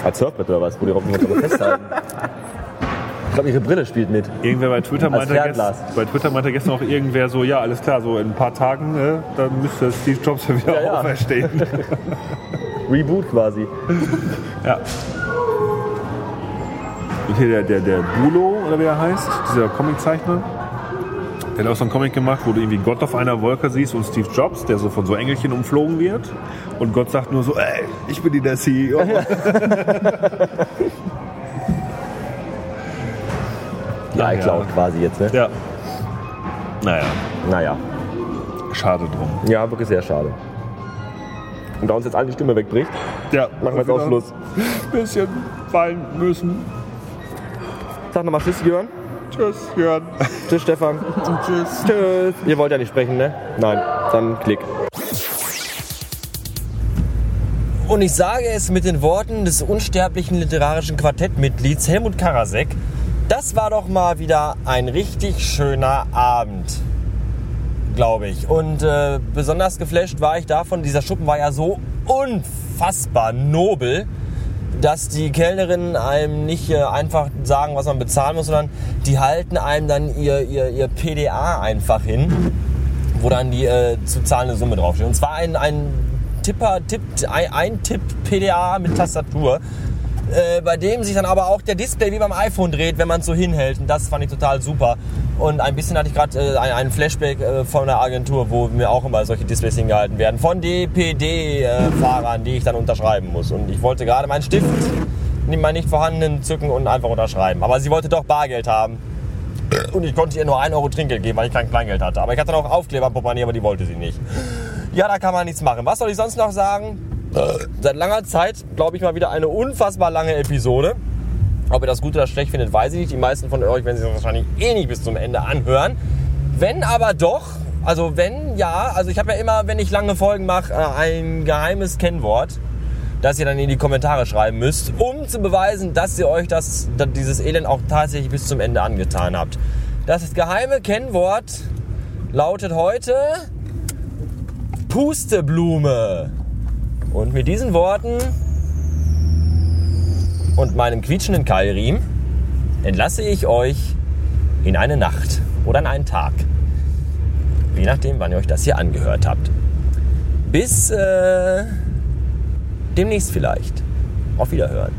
Speaker 7: Als Surfbrett oder was, wo die Robben uns aber festhalten. Ich glaube, ihre Brille spielt mit.
Speaker 3: Irgendwer bei Twitter
Speaker 7: Als
Speaker 3: meinte, gestern,
Speaker 7: Fernglas.
Speaker 3: bei Twitter meinte gestern auch irgendwer so, ja, alles klar, so in ein paar Tagen, ne, dann müsste Steve Jobs ja wieder
Speaker 7: Ja, ja.
Speaker 3: auferstehen.
Speaker 7: Reboot quasi.
Speaker 3: ja. Und hier der, der, der Bulo, oder wie er heißt, dieser Comiczeichner, der hat auch so einen Comic gemacht, wo du irgendwie Gott auf einer Wolke siehst und Steve Jobs, der so von so Engelchen umflogen wird. Und Gott sagt nur so, ey, ich bin die der E CEO.
Speaker 7: Die
Speaker 3: Ja,
Speaker 7: iCloud
Speaker 3: ja.
Speaker 7: quasi jetzt, ne?
Speaker 3: Ja. Naja,
Speaker 7: Naja.
Speaker 3: schade drum.
Speaker 7: Ja, wirklich sehr schade. Und da uns jetzt alle die Stimme wegbricht,
Speaker 3: Ja, genau.
Speaker 7: machen wir jetzt auch Schluss.
Speaker 3: Ein bisschen weinen müssen.
Speaker 7: Sag nochmal Tschüss, Jörn.
Speaker 3: Tschüss, Jörn.
Speaker 7: Tschüss, Stefan. Tschüss. Tschüss. Ihr wollt ja nicht sprechen, ne? Nein. Dann klick.
Speaker 1: Und ich sage es mit den Worten des unsterblichen literarischen Quartettmitglieds Helmut Karasek. Das war doch mal wieder ein richtig schöner Abend, glaube ich. Und äh, besonders geflasht war ich davon, dieser Schuppen war ja so unfassbar nobel, dass die Kellnerinnen einem nicht äh, einfach sagen, was man bezahlen muss, sondern die halten einem dann ihr, ihr, ihr PDA einfach hin wo dann die äh, zu zahlende Summe draufsteht. Und zwar ein, ein Tipper, Tipp, ein, ein Tipp PDA mit Tastatur, äh, bei dem sich dann aber auch der Display wie beim iPhone dreht, wenn man es so hinhält. Und das fand ich total super. Und ein bisschen hatte ich gerade äh, ein- einen Flashback äh, von der Agentur, wo mir auch immer solche Displays hingehalten werden. Von DPD-Fahrern, die ich dann unterschreiben muss. Und ich wollte gerade meinen Stift, meinen nicht vorhandenen, zücken und einfach unterschreiben. Aber sie wollte doch Bargeld haben. Und ich konnte ihr nur 1 Euro Trinkgeld geben, weil ich kein Kleingeld hatte. Aber ich hatte noch Aufkleber am Portemonnaie, aber die wollte sie nicht. Ja, da kann man nichts machen. Was soll ich sonst noch sagen? Seit langer Zeit, glaube ich, mal wieder eine unfassbar lange Episode. Ob ihr das gut oder schlecht findet, weiß ich nicht. Die meisten von euch werden sich das wahrscheinlich eh nicht bis zum Ende anhören. Wenn aber doch, also wenn ja, also ich habe ja immer, wenn ich lange Folgen mache, äh, ein geheimes Kennwort das ihr dann in die Kommentare schreiben müsst, um zu beweisen, dass ihr euch das, da- dieses Elend auch tatsächlich bis zum Ende angetan habt. Das geheime Kennwort lautet heute Pusteblume. Und mit diesen Worten und meinem quietschenden Keilriemen entlasse ich euch in eine Nacht oder in einen Tag. Je nachdem, wann ihr euch das hier angehört habt. Bis äh, demnächst vielleicht. Auf Wiederhören.